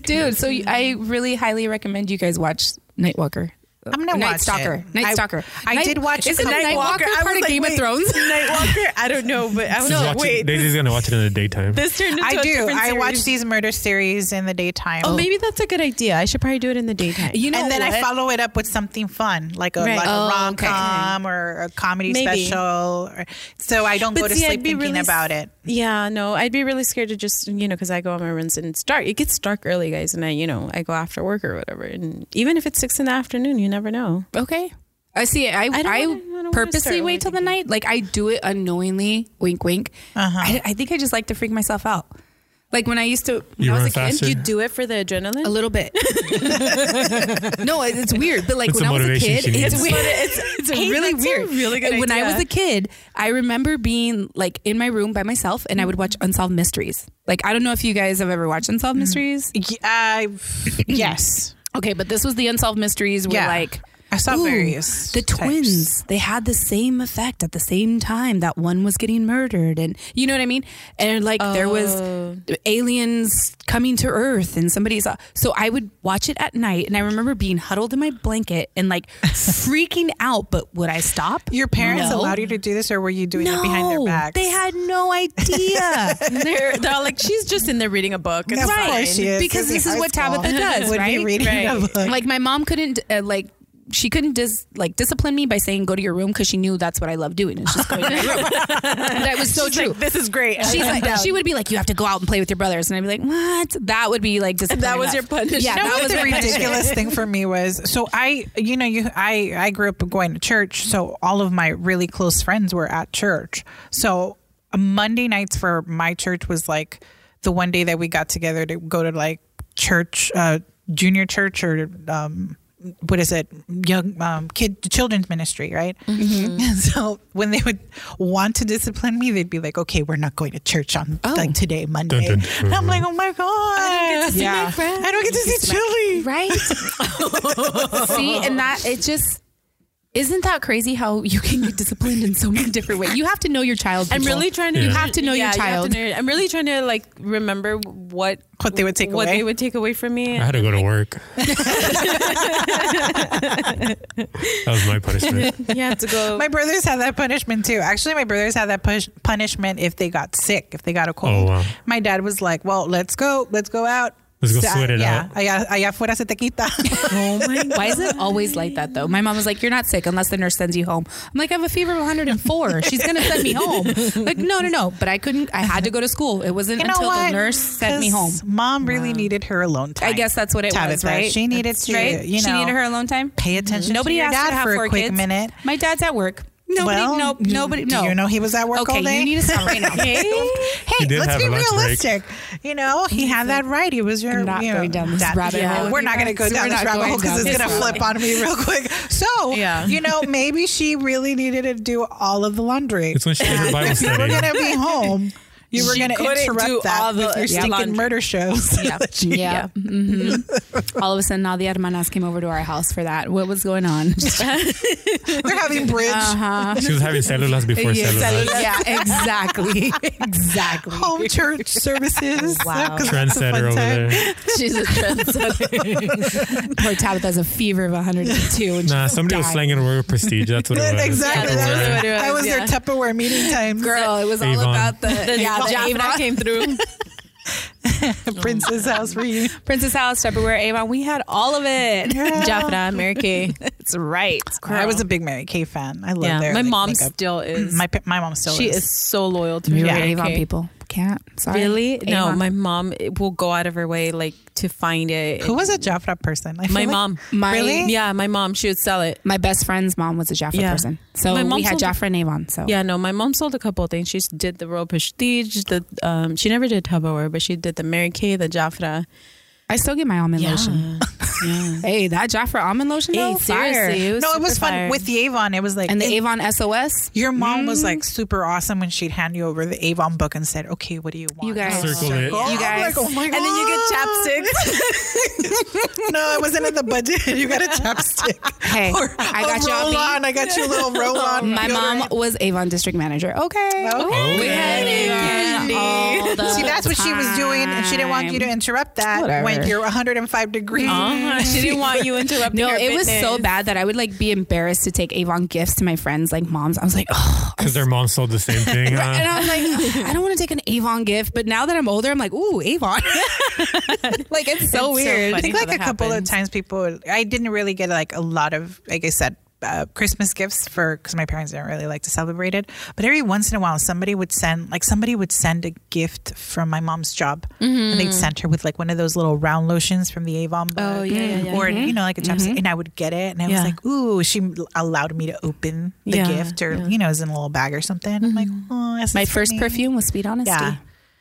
dude. So you- I really highly recommend you guys watch Nightwalker.
I'm gonna
Night
watch
Stalker.
it.
Night
I-
Stalker.
I did watch a
Is it
couple-
Night Walker
I
part
was
of
like,
Game of
wait.
Thrones?
Nightwalker. I don't know, but I was
She's
like,
watching-
wait,
They're just gonna watch it in the daytime.
this turned into
I
a
do.
different
I
series.
watch these murder series in the daytime.
Oh, maybe that's a good idea. I should probably do it in the daytime.
You know
and then I
what?
follow it up with something fun, like a,
Right.
like
Oh,
a
okay.
rom com or a comedy
Maybe.
special. Or, so I don't go to
see, I'd
sleep
be
thinking
really s-
about it.
Yeah, no, I'd be really scared to just you know because I go on my runs and it's dark. It gets dark early, guys, and I you know I go after work or whatever. And even if it's six in the afternoon, you never know.
Okay. I see. I
don't
I,
wanna- I don't wanna
purposely
start
wait till the
overthinking.
night. Like I do it unknowingly. Wink, wink.
Uh-huh.
I, I think I just like to freak myself out. Like when I used to when
You
I was
run
a
faster?
kid,
You
you
do
do
Do it for the adrenaline.
a little bit. no, it- it's weird. But like
It's
when I
a
was a
motivation
kid,
she
it's
needs.
weird. It's, it's
Hey,
really
that's a
weird.
really good
When I
idea.
was a kid, I remember being like in my room by myself, and I would watch Unsolved Mysteries. Like I don't know if you guys have ever watched Unsolved Mysteries.
Y- I- yes,
Mm-hmm. Okay, but this was the Unsolved Mysteries where
Yeah.
like
I saw
Ooh,
various
the
types.
twins they had the same effect at the same time that one was getting murdered and you know what i mean and like there
Oh.
was aliens coming to earth and somebody saw so i would watch it at night and i remember being huddled in my blanket and like freaking out but would i stop
Your parents
No.
allowed you to do this, or were you doing
no,
it behind their backs?
they had no idea.
they're, they're all like, she's just in there reading a book. It's
Of
Right.
course she is.
Because
She's
this
in
is
high
what
school.
Tabitha does,
Would
right?
Be reading a
Right.
book.
like my mom couldn't uh, like she couldn't dis like discipline me by saying go to your room because she knew that's what I love doing. It's just going to my room. that was so true.
this is great.
She's like, she would be like, you have to go out and play with your brothers, and I'd be like, what? That would be like discipline.
That was
enough.
your punishment.
Yeah,
No,
that was
the
my punishment.
ridiculous thing for me was so I you know you I I grew up going to church so all of my really close friends were at church so uh, Monday nights for my church was like the one day that we got together to go to like church uh junior church or um what is it young um kid children's ministry right
Mm-hmm.
and so when they would want to discipline me they'd be like okay we're not going to church on
Oh.
like today monday
dun, dun. Mm-hmm.
and i'm like oh my god i don't get to
see my friends.
i don't get to see chili
right? See, and that it just Isn't that crazy how you can get disciplined in so many different ways? You have to know your child.
I'm
people.
really trying to.
You have to know your
you have
child.
to know- I'm really trying to like remember what
What they would take
what
away.
they would take away from me.
I had to go to work. that was my punishment.
You have to go.
My brothers had that punishment too. Actually, my brothers had that push- punishment if they got sick, if they got a cold.
Oh, wow.
My dad was like, "Well, let's go, let's go out.
Let's go sweat it
yeah,
out."
Allá, allá afuera se te quita.
Oh my Why is it always like that though? My mom was like, "You're not sick unless the nurse sends you home." I'm like, "I have a fever of 104. She's gonna send me home." Like, no, no, no. But I couldn't. I had to go to school. It wasn't
You know
until
what?
the nurse sent me
'Cause
home.
Mom really needed her alone time.
I guess that's what it was,
Tabitha.
right?
She needed
That's
to,
right?
you
she
know,
needed her alone time.
pay attention to
Nobody
your
asked her
dad
to have
for a
four
quick
kids.
minute.
My dad's at work. Nobody.
Well,
nope.
you-
Nobody.
do
No.
you know he was at work
okay,
all day?
you need to stop right now. Okay.
Hey,
did
let's
have
be
a lunch break.
realistic. You know, he had that right. He was your.
I'm not
you know,
going down this
dad-
rabbit
Yeah.
hole.
We're not going to go
We're
down this
not
rabbit
going
hole because
down this
it's going to
rabbit
flip on me real quick. So,
Yeah.
you know, maybe she really needed to do all of the laundry.
It's when she did her Bible
if you were
study.
going to be home, you were
She
going to
couldn't do
interrupt
all
that
the-
with your
yeah,
stinking
laundry.
murder shows.
Yeah. yeah. Mhm. all of a sudden, all the hermanas came over to our house for that. What was going on?
They're having bridge.
Uh-huh.
She was having cellulas before
Yeah,
cellulas.
cellulas.
yeah, exactly. exactly.
Home church services.
Wow.
'Cause that's a
Trendsetter
fun
over
time.
there.
She's a trendsetter. Poor Tabitha has a fever of 102. And
Nah,
she's
somebody was
dying.
slanging the word prestige. That's what it was.
Exactly.
Yeah,
that was,
that's what it was,
I was
yeah.
their Tupperware meeting time.
Girl, it was all
Avon.
about the, yeah, the
Jafra
Avon.
came through.
Princess House reunion.
Princess House, Tupperware, Avon. We had all of it.
Jafra, Mary Kay. It's right.
I was a big Mary Kay fan. I love
yeah.
their
my
like,
mom
makeup.
still is.
My, pa- my mom still
she
is.
is so loyal to
We
me.
were
Mary
Avon
Kay.
people. Can't. Sorry.
Really? No,
Avon.
my mom it will go out of her way like to find it.
Who was a Jafra person? I feel
my
like-
mom?
My-
really?
Yeah, my mom. She would sell it.
My best friend's mom was a Jaffa
Yeah.
person. So
My mom
we had
sold-
Jaffa and Avon. So
Yeah, no, my mom sold a couple of things. She did the Royal Prestige. The um, she never did Tupperware, but she did the Mary Kay, the Jafra.
I still get my almond lotion.
yeah.
Hey, that Jafra almond lotion though?
Hey, seriously,
Fire.
No, it was
super
fun
fire.
with the Avon. It was like
And the
it-
Avon SOS.
Your mom
Mm.
was like super awesome when she'd hand you over the Avon book and said, "Okay, what do you want?"
You guys.
Circle it.
Circle.
You
I'm
guys.
like, oh my god!
And then you get chapsticks.
no, it wasn't in the budget. You got a chapstick.
Hey,
Or
I
a
got you a
roll
beat.
on. I got you a little roll on.
My mom was Avon district manager. Okay.
Okay.
We had Avon
Candy.
all the
See, that's what she was doing, and she didn't want you to
time.
interrupt that when
Whatever.
you're 105 degrees.
Uh-huh. She didn't want you interrupting.
No,
her
it was so
fitness.
bad that I would like be embarrassed to take Avon gifts to my friends, like moms. I was like, oh,
Because their mom sold the same thing. uh,
and
Huh?
I was like, "Ugh, I don't want to take an Avon gift. But now that I'm older, I'm like, ooh, Avon. like it's so
so
weird.
I
funny.
think
how
like a
that
couple of
happens.
times people. I didn't really get like a lot of, like I said, uh, Christmas gifts for because my parents didn't really like to celebrate it. But every once in a while, somebody would send like somebody would send a gift from my mom's job, and they'd send her with like one of those little round lotions from the Avon. Book,
Mm-hmm. Oh, yeah, yeah, yeah.
or you know like a chapstick, and I would get it, and I
Yeah.
was like, ooh, she allowed me to open the
Yeah,
gift, or
yeah. Mm-hmm.
you know, it was in a little bag or something. I'm like, oh, this
My
is for
first
me."
perfume was Sweet Honesty.
Yeah.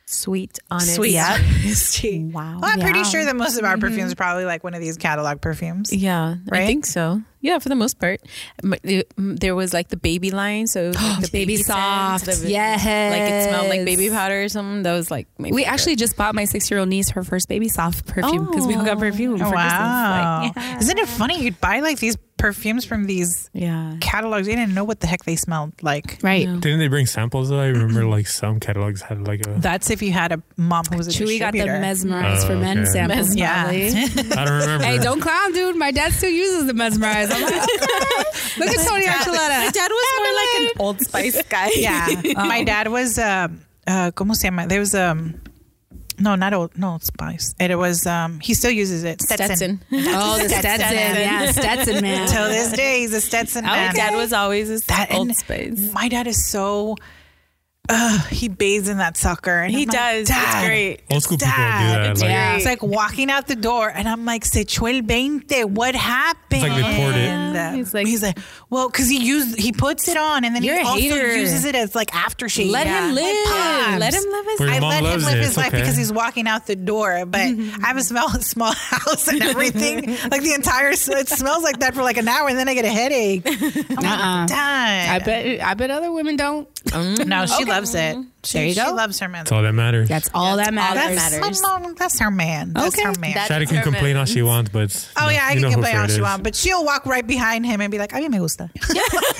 Sweet, honest.
Sweet.
Yeah.
honesty.
Wow.
Well, I'm pretty
Yeah.
sure that most of our perfumes are probably like one of these catalog perfumes.
Yeah, I
Right?
think so. Yeah, for the most part, M- the- m- there was like the baby line, so it was, like the
Baby
scent,
soft.
the-
Yes.
like it smelled like baby powder or something. That was like my
We
favorite.
actually just bought my six year old niece her first baby soft perfume because we got perfume for
wow.
Christmas. Like, yeah.
Isn't it funny? You'd buy like these perfumes from these
yeah.
catalogs. You didn't know what the heck they smelled like.
Right.
Didn't they bring samples though? I remember like some catalogs had like a.
That's if you had a mom who was a
Chewy got the
distributor.
mesmerized
Oh,
for men
okay.
samples.
Yeah.
probably.
I don't remember.
Hey, don't clown, dude. My dad still uses the mesmerize. I'm like, Look at Tony Archuleta.
Dad was more like an Old Spice guy.
yeah. My dad was um uh como se llama? There was um no, not old no Old spice. It was um he still uses it. Stetson.
Stetson.
Oh, the Stetson. Yeah, Stetson, man.
Till this day he's a Stetson
My
man.
dad was always this
That and-
Old Spice.
My dad is so uh, he bathes in that sucker. And
He
I'm like,
does.
Dad,
It's great.
Old school people do
Dad,
that. Like,
yeah.
It's like walking out the door, and I'm like, "Se echó el 20. What happened?" uh,
like they poured it.
He's like-
he's like, well, because he used, he puts it on, and then
You're
he
a
also
hater.
uses it as like aftershave.
Let
Yeah.
him
Like,
live.
pops.
Let him live his life.
Where your
I
mom
let him
loves
live
it.
his
It's
life
okay.
because he's walking out the door. But I have a small, small house and everything. like the entire, it smells like that for like an hour, and then I get a headache. I'm
Uh-uh.
like, done.
I bet. I bet other women don't.
No, she
mm-hmm. Okay,
loves it. She,
There you
She
go.
loves her man.
That's all that matters.
That's all that
all
matters.
that
That's,
matters.
um, that's her man. That's
Okay.
her man.
That's
Shadi can
her
complain all
man.
she wants, but it's-
oh
you
yeah, I
know
can
who
complain all
Fred
she
is.
wants, but she'll walk right behind him and be like, "A mí me gusta."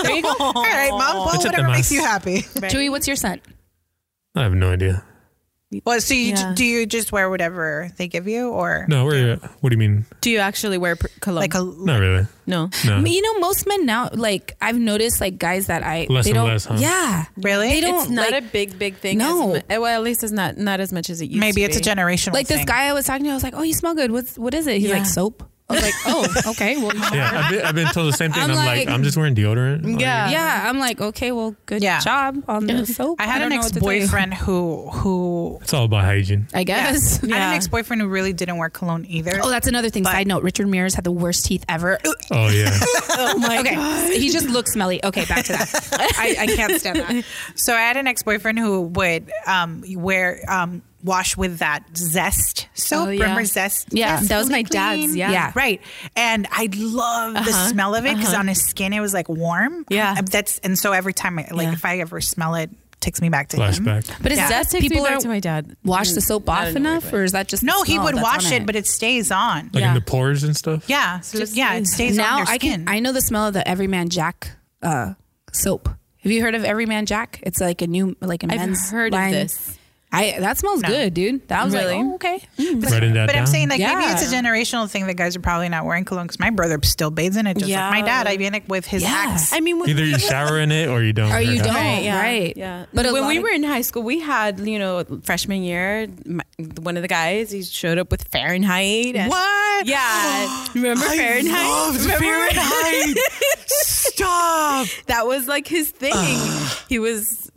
There you go.
oh,
all right, mom. Well,
Échate
whatever makes
más.
you happy.
Chewy, what's your scent?
Uh-huh. I have no idea.
Well, so you,
Yeah.
do you just wear whatever they give you, or
No, we're. What do you mean?
Do you actually wear pr- cologne?
like a
Not really.
no.
No.
You know, most men now, like I've noticed, like guys that I
Less
they
and
don't,
less, huh?
yeah,
really?
They don't
It's not
like,
a big, big thing.
No.
as mu- well, at least it's not not as much as it used.
Maybe
to
it's a
be.
generational.
like this
thing.
guy I was talking to. I was like, oh, you smell good. What's what is it? He's
Yeah.
like soap. I was like, oh, okay, well,
Yeah, I've been, I've been told the same thing.
I'm
I'm, like,
like-
I'm just wearing deodorant. Like,
Yeah.
yeah. I'm like, okay, well, good
Yeah.
job on the soap.
I had
don't
an
know what
ex
to tell you.
boyfriend who who
it's all about hygiene.
I guess.
I had an
Yeah.
ex boyfriend who really didn't wear cologne either.
Oh, that's another thing. Side note: Richard Mears had the worst teeth ever.
Oh yeah.
Oh my okay. He just looked smelly. Okay, back to that. I, I can't stand that.
So I had an ex boyfriend who would um, wear um, wash with that zest soap.
Oh, yeah.
Remember zest?
Yeah,
Zest
that was
really
my dad's, yeah. Uh-huh. Yeah.
right. And I love the smell of it because on his skin it was like warm.
Yeah.
Um, that's and so every time I, like
Yeah.
if I ever smell it, takes me back to him.
Flashback.
But is
Yeah. Mm.
that
That takes
people
me back
don't
to my dad.
wash the soap
I
off
don't know
enough, or is that just the
No, he
smell
would
that's
wash
on
it, but it stays on.
Like
Yeah.
in the pores and stuff.
Yeah, so
Just
yeah, it
stays.
stays
now
on your
I
skin.
can I know the smell of the Everyman Jack uh, soap. Have you heard of Everyman Jack? It's like a new like a
I've
men's
heard of
line.
this.
I that smells good, dude. That was
Really?
like oh, okay.
Writing that
But I'm
down.
saying like maybe it's a
Yeah.
generational thing that guys are probably not wearing cologne because my brother still bathes in it just
Yeah.
like my dad. I mean like with his
Yeah.
axe.
I mean, when
Either
we
you
were-
shower in it or you don't.
Or you
Yeah.
don't,
Right,
right?
Oh, yeah, Yeah.
But
But
a
when
lot
we
of-
were in high school, we had, you know, freshman year, my, one of the guys, he showed up with Fahrenheit. and-
What?
Yeah. Remember Fahrenheit? Remember
Fahrenheit. Stop.
That was like his thing. he was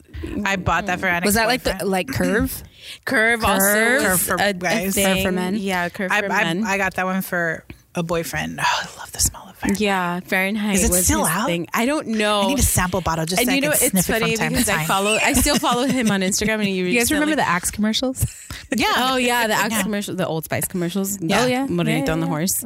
I bought that for an
Was that like the
ex-boyfriend.
like curve?
curve, also
Curve.
was
Curve for
a, a
guys.
thing.
Curve for men.
Yeah, curve
I,
for
I,
men.
I got that one for a boyfriend. Oh, I love the smell of Fahrenheit.
yeah, Fahrenheit.
Is it
was
still
his
out?
Thing. I don't know.
I need a sample bottle just
and
so
you know,
I
what?
can
it's
sniff it
funny
from time to
because
time.
I follow, I still follow him on Instagram. And you,
You guys remember the Axe commercials?
yeah.
Oh yeah, the Axe
Yeah.
commercial, the Old Spice commercials.
Oh, yeah.
Morenito
Yeah,
on the
yeah.
horse.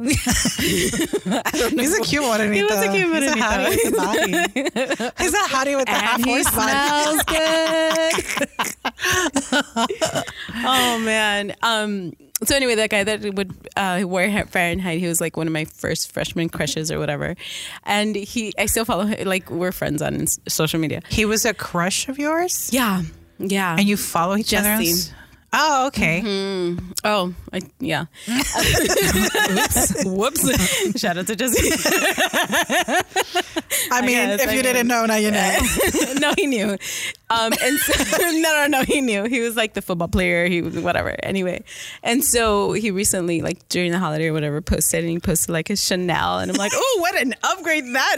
He's a cute one. Anita.
was a cute
He's a
Juanito.
hottie with the body. He's a hottie with the half
And he
horse body.
smells good. oh man. Um. So anyway, that guy that would uh, wear Ha- Fahrenheit, he was like one of my first freshman crushes or whatever, and he, I still follow him. Like we're friends on ins- social media.
He was a crush of yours,
Yeah, yeah.
and you follow each other. on
Jesse.
s- Oh, okay.
oh, I, yeah. Whoops. Shout out to Jesse.
I mean,
guess,
if
I
you
guess.
didn't know, now you know.
no, he knew. Um, and so, no, no, no, he knew. He was like the football player. He was whatever. Anyway, and so he recently, like during the holiday or whatever, posted and he posted like his Chanel, and I'm like, oh, what an upgrade that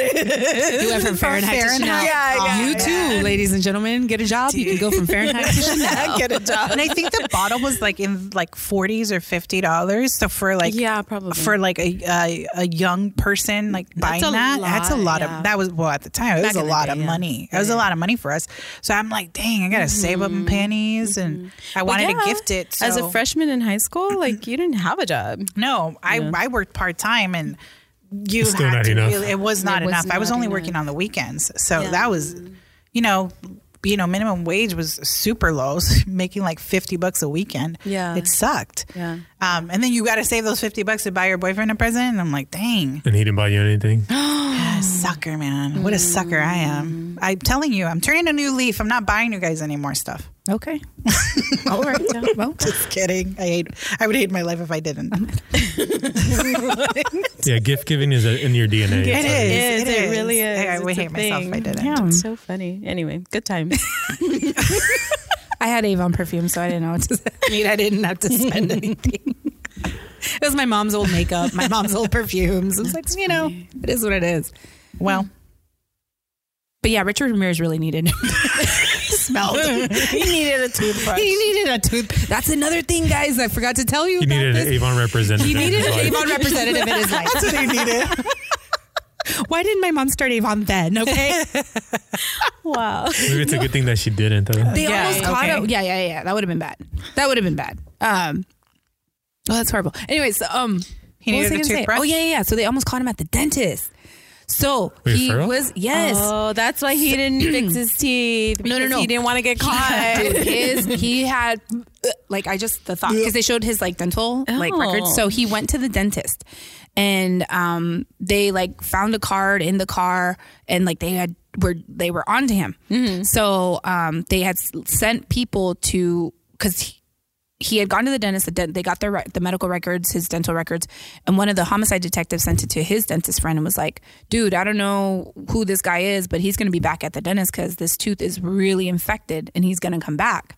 is.
You went from Fahrenheit,
Fahrenheit.
to Chanel.
Um,
Yeah, yeah,
you
yeah.
too, ladies and gentlemen. Get a job. You can go from Fahrenheit to Chanel.
Get a job.
and I think the bottle was like in like forties or fifty dollars. So for like
Yeah, probably.
Mm-hmm. for like a a, a young person like buying
a
that, that's a
lot,
lot
yeah.
of that was well at the time it
Back
was
in
a
the
lot
day,
of
yeah.
money. It was a lot of money for us. So I'm like, dang, I gotta save up in pennies, and I
But
wanted to
Mm-hmm. yeah,
gift it
as
so-
a freshman in high school. Like you didn't have a job.
No, I I worked part time and. You
Still
had
not
to
enough.
really it was not
It was
enough. I was
not
only
enough.
working on the weekends. So that was you know, you know, minimum wage was super low, making like fifty bucks a weekend.
Yeah.
It sucked.
Yeah.
Um, and then you got to save those 50 bucks to buy your boyfriend a present. And I'm like, dang,
And he didn't buy you anything.
sucker, man. What a sucker I am. I'm telling you, I'm turning a new leaf. I'm not buying you guys any more stuff.
Okay. All right. Well,
Just kidding. I hate, I would hate my life if I didn't.
Yeah, gift giving is a, in your DNA.
It
It's
is.
It really is.
I, I would
It's a
hate myself if I
thing.
didn't.
Yeah.
It's so funny. Anyway, good time.
I had Avon perfume, so I didn't know what to say. I mean, I didn't have to spend anything. it was my mom's old makeup, my mom's old perfumes. It was like, you know, it is what it is.
Well,
But yeah, Richard Ramirez really needed smelled.
he needed a toothbrush.
he needed a tooth. That's another thing, guys. I forgot to tell you.
He
about
needed
this.
an Avon representative.
He
in
needed
his
an
life.
Avon representative in his life.
That's what he needed.
Why didn't my mom start Avon then? Okay.
wow.
Maybe it's a good thing that she didn't. Though.
They
Yeah,
almost caught
okay.
him. Yeah, yeah, yeah. That would have been bad. That would have been bad. Um, oh, that's horrible. Anyways, um,
He
what was I
needed a
gonna say?
toothbrush?
Oh yeah, yeah, yeah. So they almost caught him at the dentist. So
Wait,
he
for real?
was yes.
Oh, that's why he didn't fix his teeth.
no,
because
no.
He didn't want to get
Yeah,
caught.
dude, his he had like I just the thought because they showed his like dental like
Oh.
records. So he went to the dentist, and um they like found a card in the car, and like they had were they were onto him.
Mm-hmm.
So um they had s- sent people to because. He, he had gone to the dentist. The dent they got their re- the medical records, his dental records, and one of the homicide detectives sent it to his dentist friend and was like, "Dude, I don't know who this guy is, but he's going to be back at the dentist because this tooth is really infected and he's going to come back."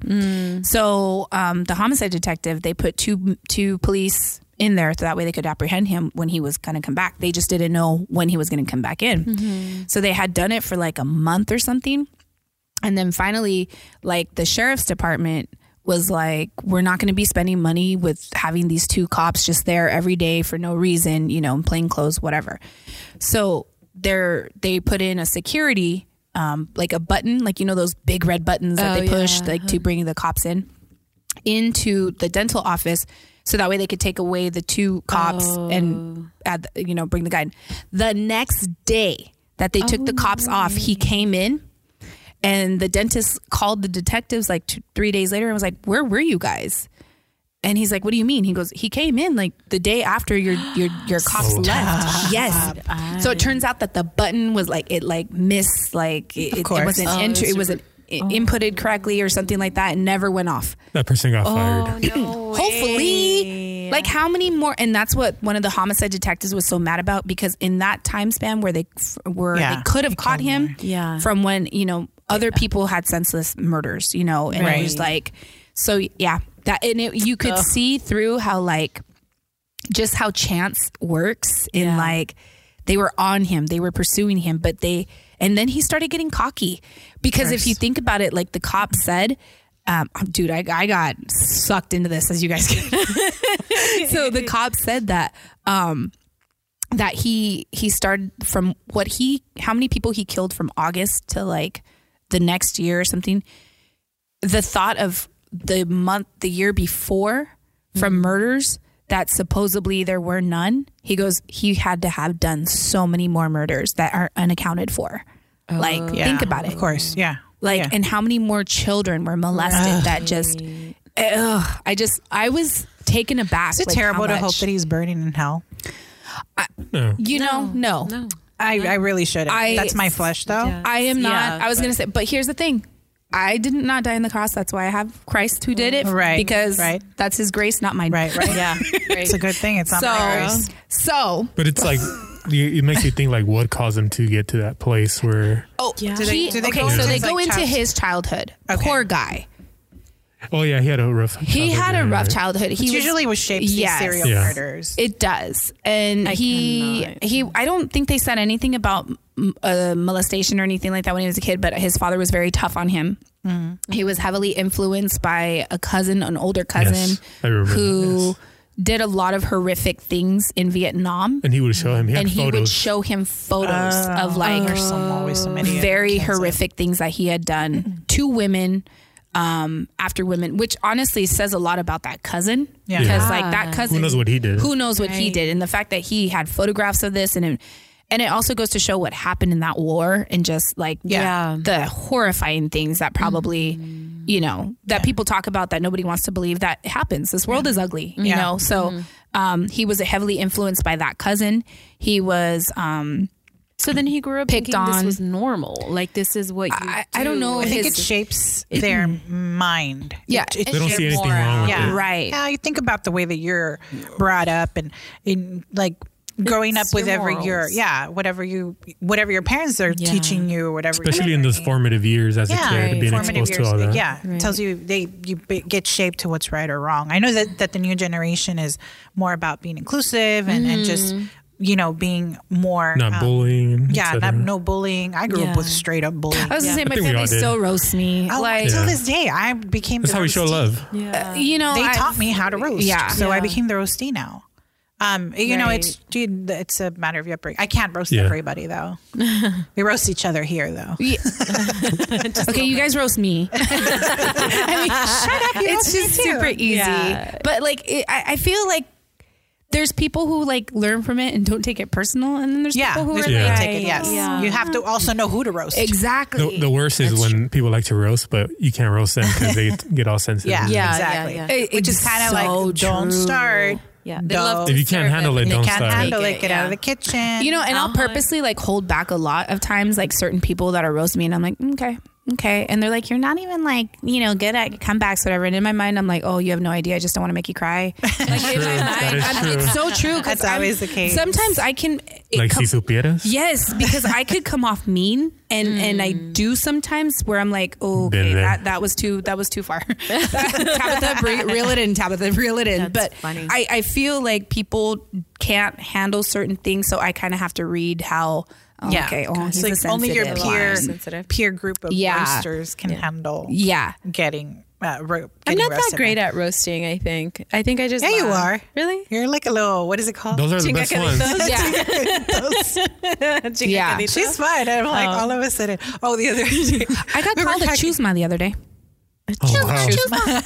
So um, the homicide detective they put two two police in there so that way they could apprehend him when he was going to come back. They just didn't know when he was going to come back in. So they had done it for like a month or something. And then finally, like the sheriff's department was like, we're not going to be spending money with having these two cops just there every day for no reason, you know, in plain clothes, whatever. So they're, they put in a security, um, like a button, like, you know, those big red buttons that
Oh,
they push,
yeah.
like to bring the cops in into the dental office so that way they could take away the two cops and add, you know bring the guy in the next day that they took the cops off he came in and the dentist called the detectives like two, three days later and was like where were you guys and he's like what do you mean he goes he came in like the day after your your your cops left yes so it turns out that the button was like it like missed like it, it
course.
wasn't
Oh,
enter-
it's
it wasn't i- inputted correctly or something like that and never went off
That person got fired.
no
Hopefully, like how many more? And that's what one of the homicide detectives was so mad about because in that time span where they f- were,
Yeah,
they could have caught him.
Yeah.
From when you know other people had senseless murders, you know, and it was
Right.
like, so yeah, that and it, you could see through how like just how chance works in
Yeah.
like they were on him they were pursuing him but they and then he started getting cocky because if you think about it like the cop said um, dude I, I got sucked into this as you guys can so the cop said that um, that he he started from what he how many people he killed from august to like the next year or something the thought of the month, the year before from
Mm-hmm.
murders that supposedly there were none, he goes, he had to have done so many more murders that are unaccounted for. like,
Oh, Yeah,
think about it.
Of course, yeah.
Like,
yeah.
and how many more children were molested that just, ugh, I just, I was taken aback.
is it terrible to hope that he's burning in hell?
No.
you know, no.
I, I really shouldn't.
I-
That's my flesh, though.
Yeah.
I am not.
Yeah,
I was going to say, but here's the thing. I did not die on the cross. That's why I have Christ who did it.
Right,
Because
right.
that's his grace, not mine.
Right, right.
Yeah.
It's a good thing. It's not my
So,
grace.
so
But it's like, you, it makes you think like what caused him to get to that place where,
Oh,
Yeah.
he-
Do
they- do they
okay,
go
so
into
they
his,
go
like,
into
child-
his childhood.
Okay.
Poor guy.
oh yeah, he had a rough
He
childhood
had
there,
a rough
right?
childhood. He
It
was,
usually was shaped these
Yes.
serial
Yeah.
murders.
It does, and
I
he
cannot.
he. I don't think they said anything about mm, uh, molestation or anything like that when he was a kid. But his father was very tough on him.
Mm.
He was heavily influenced by a cousin, an older cousin,
Yes, I remember that,
who
yes.
did a lot of horrific things in Vietnam,
And he would show him. He had
and he
photos.
would show him photos of like
There's some always some idiot.
very
that can't say-
horrific things that he had done to women um, after women, which honestly says a lot about that cousin.
Yeah.
Because
Yeah.
like that cousin,
Who knows what he did?
Who knows what he did, and the fact that he had photographs of this, and it, and it also goes to show what happened in that war, and just like
Yeah.
the horrifying things that probably. You know that people talk about that nobody wants to believe that happens. This world is ugly, you
Yeah.
know. So um, he was heavily influenced by that cousin. He was um,
So then he grew up
Picked
thinking
on.
this was normal. Like this is what you
I- I don't
do.
know
I think
his-
it shapes their mind.
Yeah,
It- it
They don't
shapes-
see anything wrong with
Yeah.
it.
right.
Yeah, you think about the way that you're brought up and in like growing
It's
up with
your
every your
morals.
yeah whatever you whatever your parents are
Yeah.
teaching you or whatever
especially in those formative years as
yeah
a kid,
Right.
being
formative
exposed
years
to all that.
yeah it tells you they you b- get shaped to what's right or wrong i know that that the new generation is more about being inclusive and, and just you know being more
not
um,
bullying.
yeah
et
not,
cetera.
no bullying i grew
Yeah.
up with straight up bullying
I was
Yeah.
gonna say
I
my
think we all
family
did.
still roasts me.
Oh,
like uh,
until
Yeah.
this day, I became.
That's
the
how we show
roastee.
love.
Yeah.
you know,
They
I've-
taught me how to roast.
Yeah.
So I
Yeah.
became the roastee now. Um, you know, it's dude, it's a matter of your upbringing. I can't roast
Yeah.
everybody though. we roast each other here though.
Yeah. okay, you guys roast me. I mean, shut up.
you
it's
roast me
just
too.
super easy.
Yeah.
But like, it, I, I feel like there's people who like learn from it and don't take it personal, and then there's
Yeah,
people who
there's
are
people
like
that take it. Yes,
Yeah.
you have to also know who to roast.
exactly.
The, the worst is
That's
when people like to roast, but you can't roast them because they get all sensitive.
Yeah,
Yeah,
exactly.
yeah,
yeah.
Which is
It's
kind of
so
like don't
true.
start.
Yeah.
They love
If you can't handle it,
You
don't
can't
start.
handle
Take
it.
it,
Get out of
yeah.
the kitchen.
You know, and I'll
Uh-huh.
purposely like hold back a lot of times, like certain people that are roasting me, and I'm like, okay, okay. And they're like, you're not even like, you know, good at comebacks, whatever. And in my mind, I'm like, oh, you have no idea. I just don't want to make you cry. Like, in
true.
my
That
mind,
is
I'm-
true.
it's so true. 'cause
That's
I'm-
always the case.
Sometimes I can. it
Like,
com-
si supieras?
Yes, because I could come off mean, and and I do sometimes where I'm like, oh,
Been
okay,
there.
that that was too that was too far. Tabitha, re- reel it in, Tabitha, reel it in. but
funny.
I I feel like people can't handle certain things, so I kind of have to read how. oh,
yeah,
okay, oh,
It's
he's a
like only your
sensitive
peer
one.
Sensitive.
peer group of
Yeah.
roasters can handle
Yeah,
getting. Uh, ro-
I'm
getting
not that
roasted.
great at roasting, I think. I think I just.
Yeah, you are.
laugh. Really?
You're like a little. What is it called?
Those are the best ones.
yeah. Yeah.
Chingacadito.
She's fine. I'm like all of a sudden. Oh, the other day.
I got
we were
called a
talking-
chusma the other day.
Oh, wow.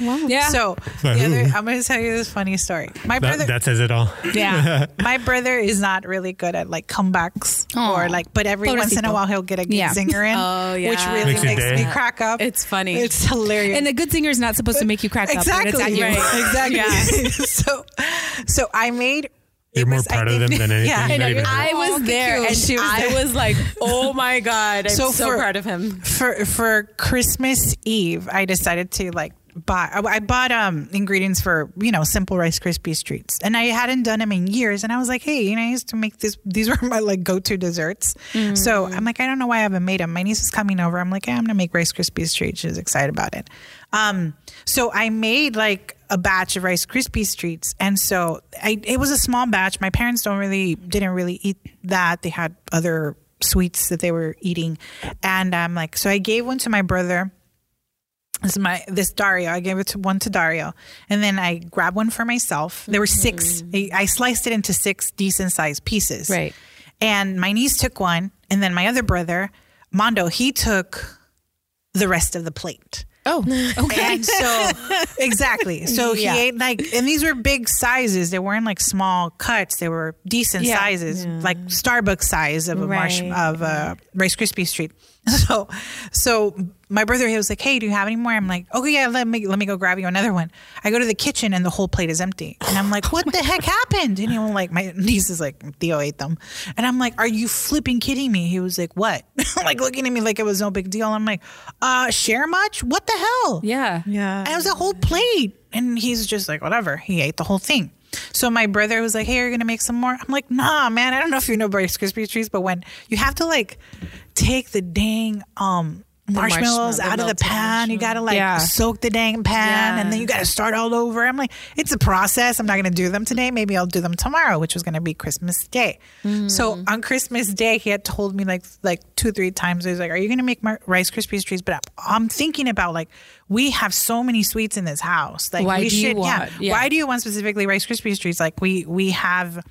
Yeah, yeah,
So
By
the other,
who?
I'm going to tell you this funny story. My brother,
That, that says it all.
yeah.
my brother is not really good at like comebacks
Aw.
or like, but every once in a
Pobrecito.
while he'll get a good
Yeah.
zinger in,
Oh,
which
yeah.
really
Makes
makes,
your day.
me crack up.
It's funny.
It's hilarious.
And the good singer is not supposed to make you crack
exactly.
up. but it's at you.
Exactly. so, so I made. it
You're more
was- I
proud of
think-
them than anything.
Yeah.
You're not even-
I
Oh,
was
look at
there,
you.
and
She was
I
there.
was like, "Oh my god, I'm
So
so,
for-
proud of him."
for for Christmas Eve, I decided to like buy. I I bought um ingredients for you know simple Rice Krispies treats, and I hadn't done them in years. And I was like, hey, you know, I used to make this. These were my like go to desserts. So I'm like, I don't know why I haven't made them. My niece is coming over. I'm like, yeah, I'm gonna make Rice Krispies treats. She's excited about it. Um, so I made like a batch of Rice Krispies treats, and so I it was a small batch. My parents don't really didn't really eat that. They had other sweets that they were eating, and I'm like, so I gave one to my brother. This is my this Dario. I gave it to one to Dario, and then I grabbed one for myself. There were six.
Mm-hmm.
I, I sliced it into six decent sized pieces.
Right.
And my niece took one, and then my other brother, Mondo, he took the rest of the plate.
Oh, okay.
And so exactly. So
Yeah.
he ate like and these were big sizes. They weren't like small cuts. They were decent
Yeah.
sizes, like Starbucks size of a marsh
Right.
of a Rice Krispie treat. So so my brother he was like, "Hey, do you have any more?" I'm like, "Okay, yeah, let me let me go grab you another one." I go to the kitchen and the whole plate is empty. And I'm like, "What the heck happened?" And he was like, "My niece is like, Theo ate them." And I'm like, "Are you flipping kidding me?" He was like, "What?" like looking at me like it was no big deal. I'm like, "Uh, share much? What the hell?"
yeah,
Yeah,
And it was a whole plate. And he's just like, whatever. He ate the whole thing. So my brother was like, hey, you're going to make some more? I'm like, nah, man. I don't know if you know Rice Krispie treats, but when you have to like take the dang, um, Marshmallows
marshmallow-
out
the
of the
melted
pan. You gotta like
Yeah.
soak the dang pan
Yeah.
and then you gotta start all over. I'm like, it's a process. I'm not gonna do them today. Maybe I'll do them tomorrow, which was gonna be Christmas Day. So on Christmas Day, he had told me like like two, three times. He was like, Are you gonna make Mar- Rice Krispies treats? But I'm I'm thinking about like we have so many sweets in this house. Like
Why
we
do you
should
want- yeah.
Why do you want specifically Rice Krispies treats? Like we we have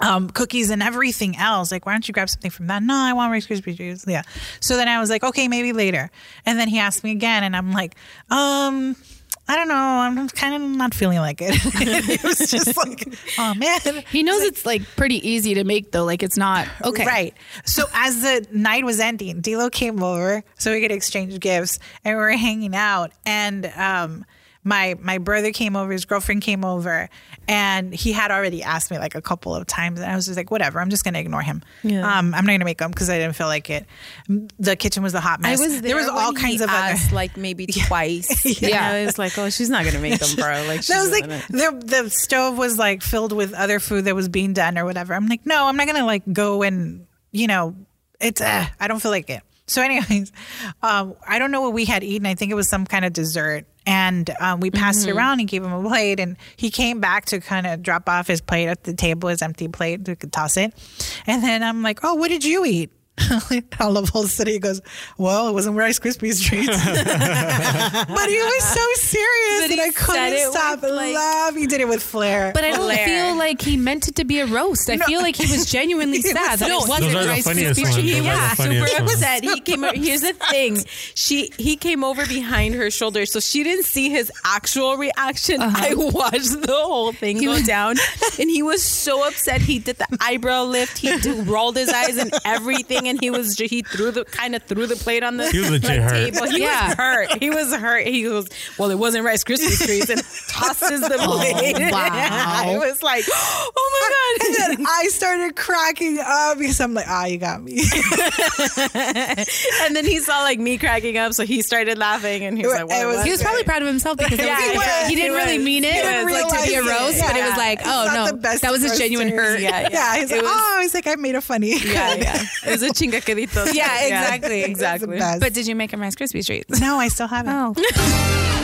um, cookies and everything else. Like, why don't you grab something from that? No, I want Rice Krispie treats. Yeah. So then I was like, okay, maybe later. And then he asked me again, and I'm like, um, I don't know. I'm kind of not feeling like it. it was just like, oh man.
He knows it's like pretty easy to make though. Like it's not okay.
Right. So as the night was ending, Dilo came over so we could exchange gifts and we were hanging out. And um, my my brother came over, his girlfriend came over, and he had already asked me like a couple of times, and I was just like, whatever, I'm just gonna ignore him. Um, I'm not gonna make them because I didn't feel like it. The kitchen was a hot
I
mess.
was there.
was all
when
kinds
he
of other.
asked, like maybe twice. yeah,
Yeah.
I was like, "Oh, she's not gonna make them, bro." Like, she's
That was like
doing it.
the the stove was like filled with other food that was being done or whatever. I'm like, no, I'm not gonna like go and you know, it's uh, I don't feel like it. So, anyways, um, I don't know what we had eaten. I think it was some kind of dessert, and um, we passed
Mm-hmm.
it around and gave him a plate. And he came back to kind of drop off his plate at the table, his empty plate. We could toss it, and then I'm like, oh, what did you eat? I love Whole City. He goes, Well, it wasn't Rice Krispies treats. but he was so serious
But
and
he
I
said it
couldn't
with,
stop
like-
laughing. He did it with flair.
But I don't
Blair.
feel like he meant it to be a roast. I feel like he was genuinely
He was
sad. that
so
it
sad.
wasn't
Those are the
Rice
funniest
Krispies
ones.
treats.
Those are the
Yeah.
funniest
super
ones.
upset. He came. o- Here's the thing. She he came over behind her shoulder, so she didn't see his actual reaction. I watched the whole thing go down, and he was so upset. He did the eyebrow lift. He did, rolled his eyes and everything, and he was ju- he threw the kind of threw the plate on the
He was legit
like,
hurt.
table. He
Yeah.
was hurt. He was hurt. He was well. It wasn't Rice Krispies treats, and tosses the plate.
wow.
I was like, oh my god.
and then I started cracking up because I'm like, ah, you got me.
And then he saw like me cracking up, so he started laughing, and he was like,
It
"What
was-
was
He was probably proud of himself because it
Yeah,
was
he
like-
was,
he didn't
he
really
was.
mean it,
He didn't
like to be a
realize
roast,
it.
but it was like,
It's not
oh
the
no,
best
that was his genuine
roasters.
hurt.
Yeah,
yeah, he's like,
It was-
oh, he's like, I made it funny.
yeah, yeah. It was a chingaquedito.
Yeah, exactly.
It's the
exactly.
best.
But did you make him Rice Krispie treats?
no, I still haven't.
Oh,